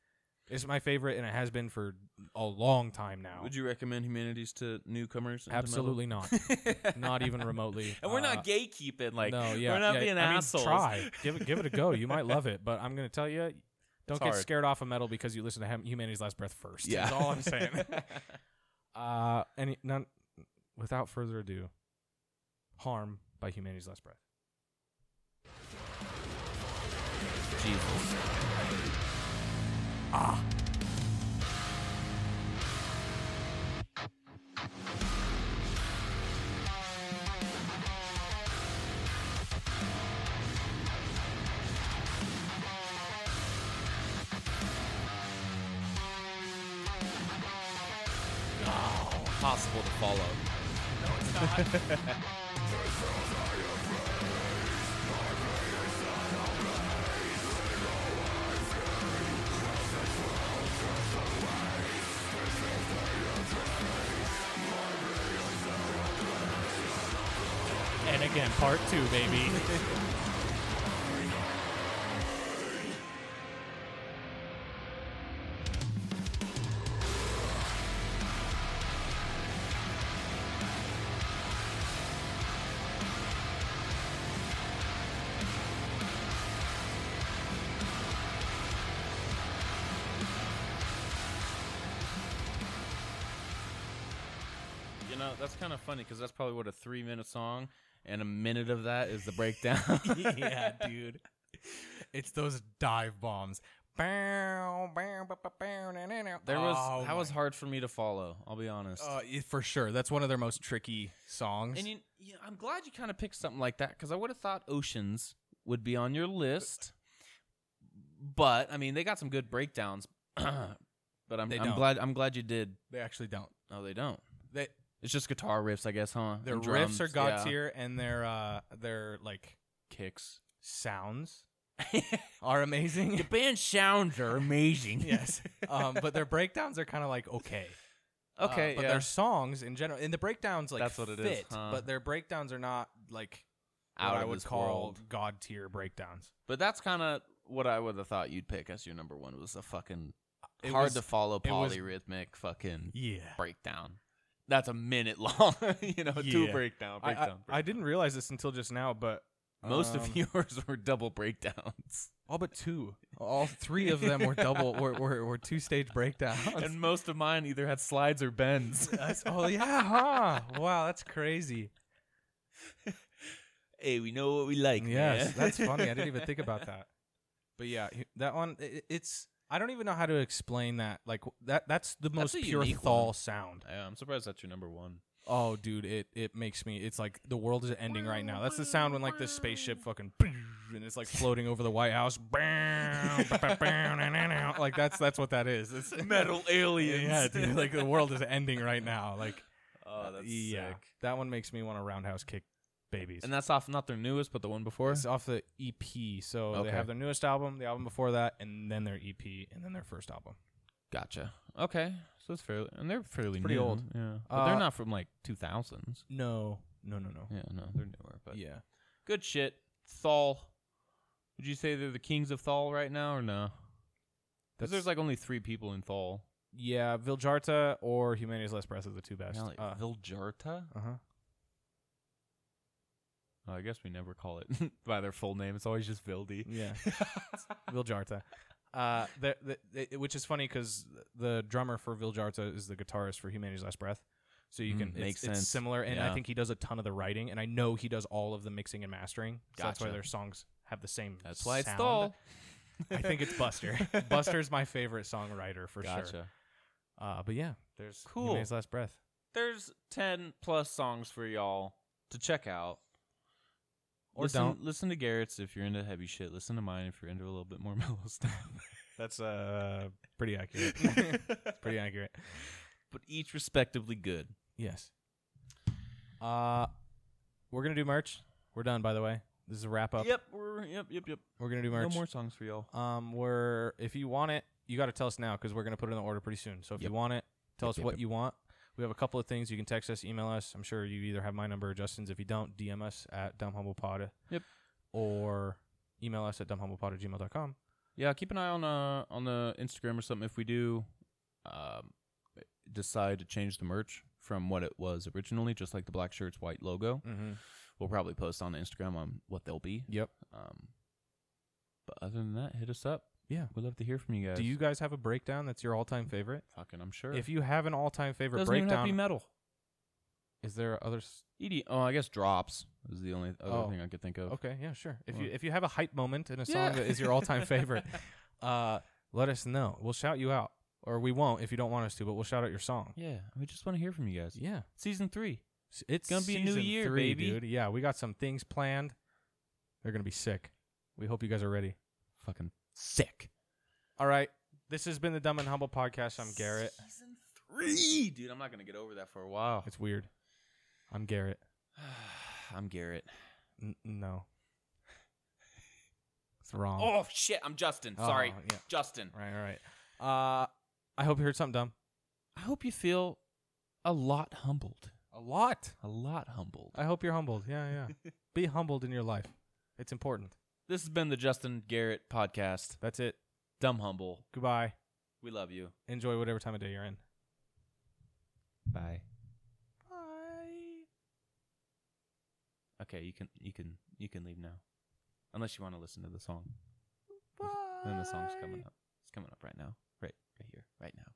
A: It's my favorite, and it has been for a long time now.
B: Would you recommend Humanities to newcomers? into metal?
A: Absolutely not.
B: (laughs)
A: Not even remotely.
B: And we're
A: Uh,
B: not gatekeeping. Like
A: no, yeah,
B: we're not
A: yeah,
B: being
A: I mean,
B: assholes. (laughs)
A: Try, give it, give it a go. You might love it, but I'm gonna tell you, don't
B: It's
A: get
B: hard.
A: scared off of metal because you listen to Hum- Humanity's Last Breath first.
B: Yeah,
A: that's all I'm
B: (laughs)
A: saying. uh, and none, without further ado, harm by Humanity's Last Breath.
B: Jesus. Ah. Ah. Possible to follow.
C: And again, part two, baby.
B: (laughs) You know, that's kind of funny because that's probably what a three minute song, and a minute of that is the breakdown.
C: (laughs) (laughs) yeah, dude. It's those dive bombs. Bow, bow, bow, bow, bow, na, na, na.
B: There was
C: Oh
B: that was
C: my-
B: hard for me to follow. I'll be honest.
C: uh, yeah, for sure. That's one of their most tricky songs.
B: and you, you know, I'm glad you kind of picked something like that because I would have thought Oceans would be on your list, but I mean they got some good breakdowns. (clears throat) but I'm,
C: They
B: I'm
C: don't.
B: glad I'm glad you did.
C: they actually don't.
B: No, they don't.
C: They
B: It's just guitar riffs, I guess, huh?
C: their
B: And
C: riffs
B: drums.
C: are god
B: Yeah.
C: tier, and their uh their like
B: kicks.
C: sounds are
B: the (laughs)
C: amazing.
B: band sounds are (laughs) amazing.
C: yes, um, but their breakdowns are kind of like okay. (laughs) Uh,
B: Okay.
C: but
B: yeah.
C: their songs in general, and the breakdowns like
B: That's what it
C: fit,
B: is, huh?
C: but their breakdowns are not like
B: Out
C: what I
B: of
C: would
B: this
C: call
B: world.
C: god tier breakdowns.
B: But that's kind of what I would have thought you'd pick as your number one was a fucking
C: It
B: hard
C: was-
B: to follow
C: it was-
B: polyrhythmic fucking
C: Yeah.
B: breakdown. That's a minute (laughs) long, you know, two
C: Yeah.
B: breakdown, breakdown.
A: I, I, I
B: breakdown.
A: didn't realize this until just now, but
B: Most
A: um,
B: of (laughs) yours were double breakdowns, (laughs)
A: all but two, all three of them were double, were, were, were two stage breakdowns.
B: (laughs) and most of mine either had slides or
A: (laughs)
B: bends.
A: That's- oh yeah, huh? Wow, that's crazy.
B: (laughs) hey, we know what we like.
A: Yes,
B: man.
A: that's funny. I didn't
B: (laughs)
A: even think about that. But yeah, hu- that one i- i- it's I don't even know how to explain that. Like w- that that's the most
B: a
A: pure
B: unique
A: Thal
B: one.
A: sound.
B: Yeah, I'm surprised that's your number one.
A: Oh dude, it it makes me it's like the world is ending right now. That's the sound when like the spaceship fucking (laughs) and it's like floating over the White House. (laughs) like that's that's what that is. It's
B: (laughs) (laughs) Metal (laughs) aliens.
A: (laughs) yeah, dude, like the world is ending right now. Like
B: (laughs) oh, that's
A: yeah.
B: sick.
A: That one makes me want to roundhouse kick babies.
B: And that's off not their newest, but the one before.
A: It's off the EP. So
B: Okay.
A: they have their newest album, the album before that, and then their EP, and then their first album.
B: (laughs) Gotcha. Okay, so it's fairly, and they're fairly
A: pretty
B: new.
A: old.
B: Yeah, but they're
A: Uh,
B: not from like 2000s.
A: No, no, no, no.
B: Yeah, no, they're newer. But
A: yeah.
B: good shit. Thal. Would you say they're the kings of Thal right now, or no? Because there's like only three people in Thal.
A: yeah, Viljarta or Humanity's Last Breath are the two best.
B: Now, like,
A: uh uh-huh.
B: Viljarta.
A: huh.
B: Oh, I guess we never call it (laughs) by their full name. It's always just Vildi. (laughs)
A: Yeah, Viljarta. Uh, the, the, it- which is funny because the drummer for Viljarta is the guitarist for Humanity's Last Breath. So you
B: Mm,
A: can it's,
B: makes
A: it's
B: sense.
A: similar, and
B: Yeah.
A: I think he does a ton of the writing, and I know he does all of the mixing and mastering. So That's why
B: Gotcha.
A: their songs have the same.
B: That's why it's
A: sound.
B: Thal.
A: (laughs) I think it's
B: (laughs)
A: Buster. Buster's my favorite songwriter for
B: Gotcha.
A: sure. Uh, but yeah, there's
B: Cool.
A: Human's Last Breath.
B: There's ten plus songs for y'all to check out.
A: Or
B: listen,
A: don't.
B: listen to Garrett's if you're into heavy shit. Listen to mine if you're into a little bit more (laughs) mellow stuff.
A: That's uh pretty
B: (laughs)
A: accurate. pretty accurate.
B: but each respectively good.
A: Yes. Uh, we're gonna do merch. We're done, by the way. This is a wrap up.
B: Yep, we're, yep, yep, yep.
A: We're gonna do merch.
B: No more songs for y'all.
A: Um, we're if you want it, you got to tell us now because we're gonna put it in the order pretty soon. So if
B: Yep.
A: you want it, tell
B: Yep,
A: us
B: yep,
A: what
B: yep.
A: you want. We have a couple of things you can text us, email us. I'm sure you either have my number or Justin's. If you don't, DM us at dumbhumblepod.
B: Yep.
A: Or email us at dumbhumblepod at gmail.com.
B: Yeah, keep an eye on uh on the Instagram or something if we do um decide to change the merch from what it was originally, just like the black shirts, white logo.
A: Mm-hmm.
B: We'll probably post on Instagram on what they'll be.
A: Yep.
B: Um but other than that, hit us up.
A: Yeah.
B: We'd love to hear from you guys.
A: Do you guys have a breakdown that's your all-time favorite?
B: fucking I'm sure.
A: If you have an all-time favorite
B: doesn't even have to be
A: breakdown,
B: metal.
A: is there other? s-
B: ED oh, I guess drops is the only other
A: Oh.
B: thing I could think of.
A: Okay, yeah, sure. If you
B: Well-
A: if you have a hype moment in a song
B: Yeah.
A: that is your
B: (laughs)
A: all-time favorite, uh, let us know. We'll shout you out, or we won't if you don't want us to. But we'll shout out your song.
B: Yeah, we just want to hear from you guys.
A: Yeah,
B: Season three.
A: S- it's
B: Gonna be a new
A: season
B: year,
A: three,
B: baby.
A: dude. Yeah, we got some things planned. They're gonna be sick. We hope you guys are ready.
B: Fucking sick.
A: All right, this has been the Dumb and Humble podcast. I'm Garrett.
B: Season three, dude. I'm not gonna get over that for a while.
A: It's weird. I'm Garrett.
B: (sighs) I'm Garrett.
A: N- no, it's wrong.
B: Oh shit, I'm Justin. Sorry,
A: Oh, yeah.
B: Justin.
A: Right, all right. Uh, I hope you heard something dumb.
B: I hope you feel a lot humbled.
A: A lot.
B: A lot humbled.
A: I hope you're humbled. Yeah, yeah. Be humbled in your life. It's important.
B: This has been the Justin Garrett podcast.
A: That's it.
B: Dumb humble.
A: Goodbye.
B: We love you.
A: Enjoy whatever time of day you're in.
B: Bye. Bye. Okay, you can you can you can leave now, unless you want to listen to the song. Then the song's coming up. It's coming up right now. Right right here. Right now.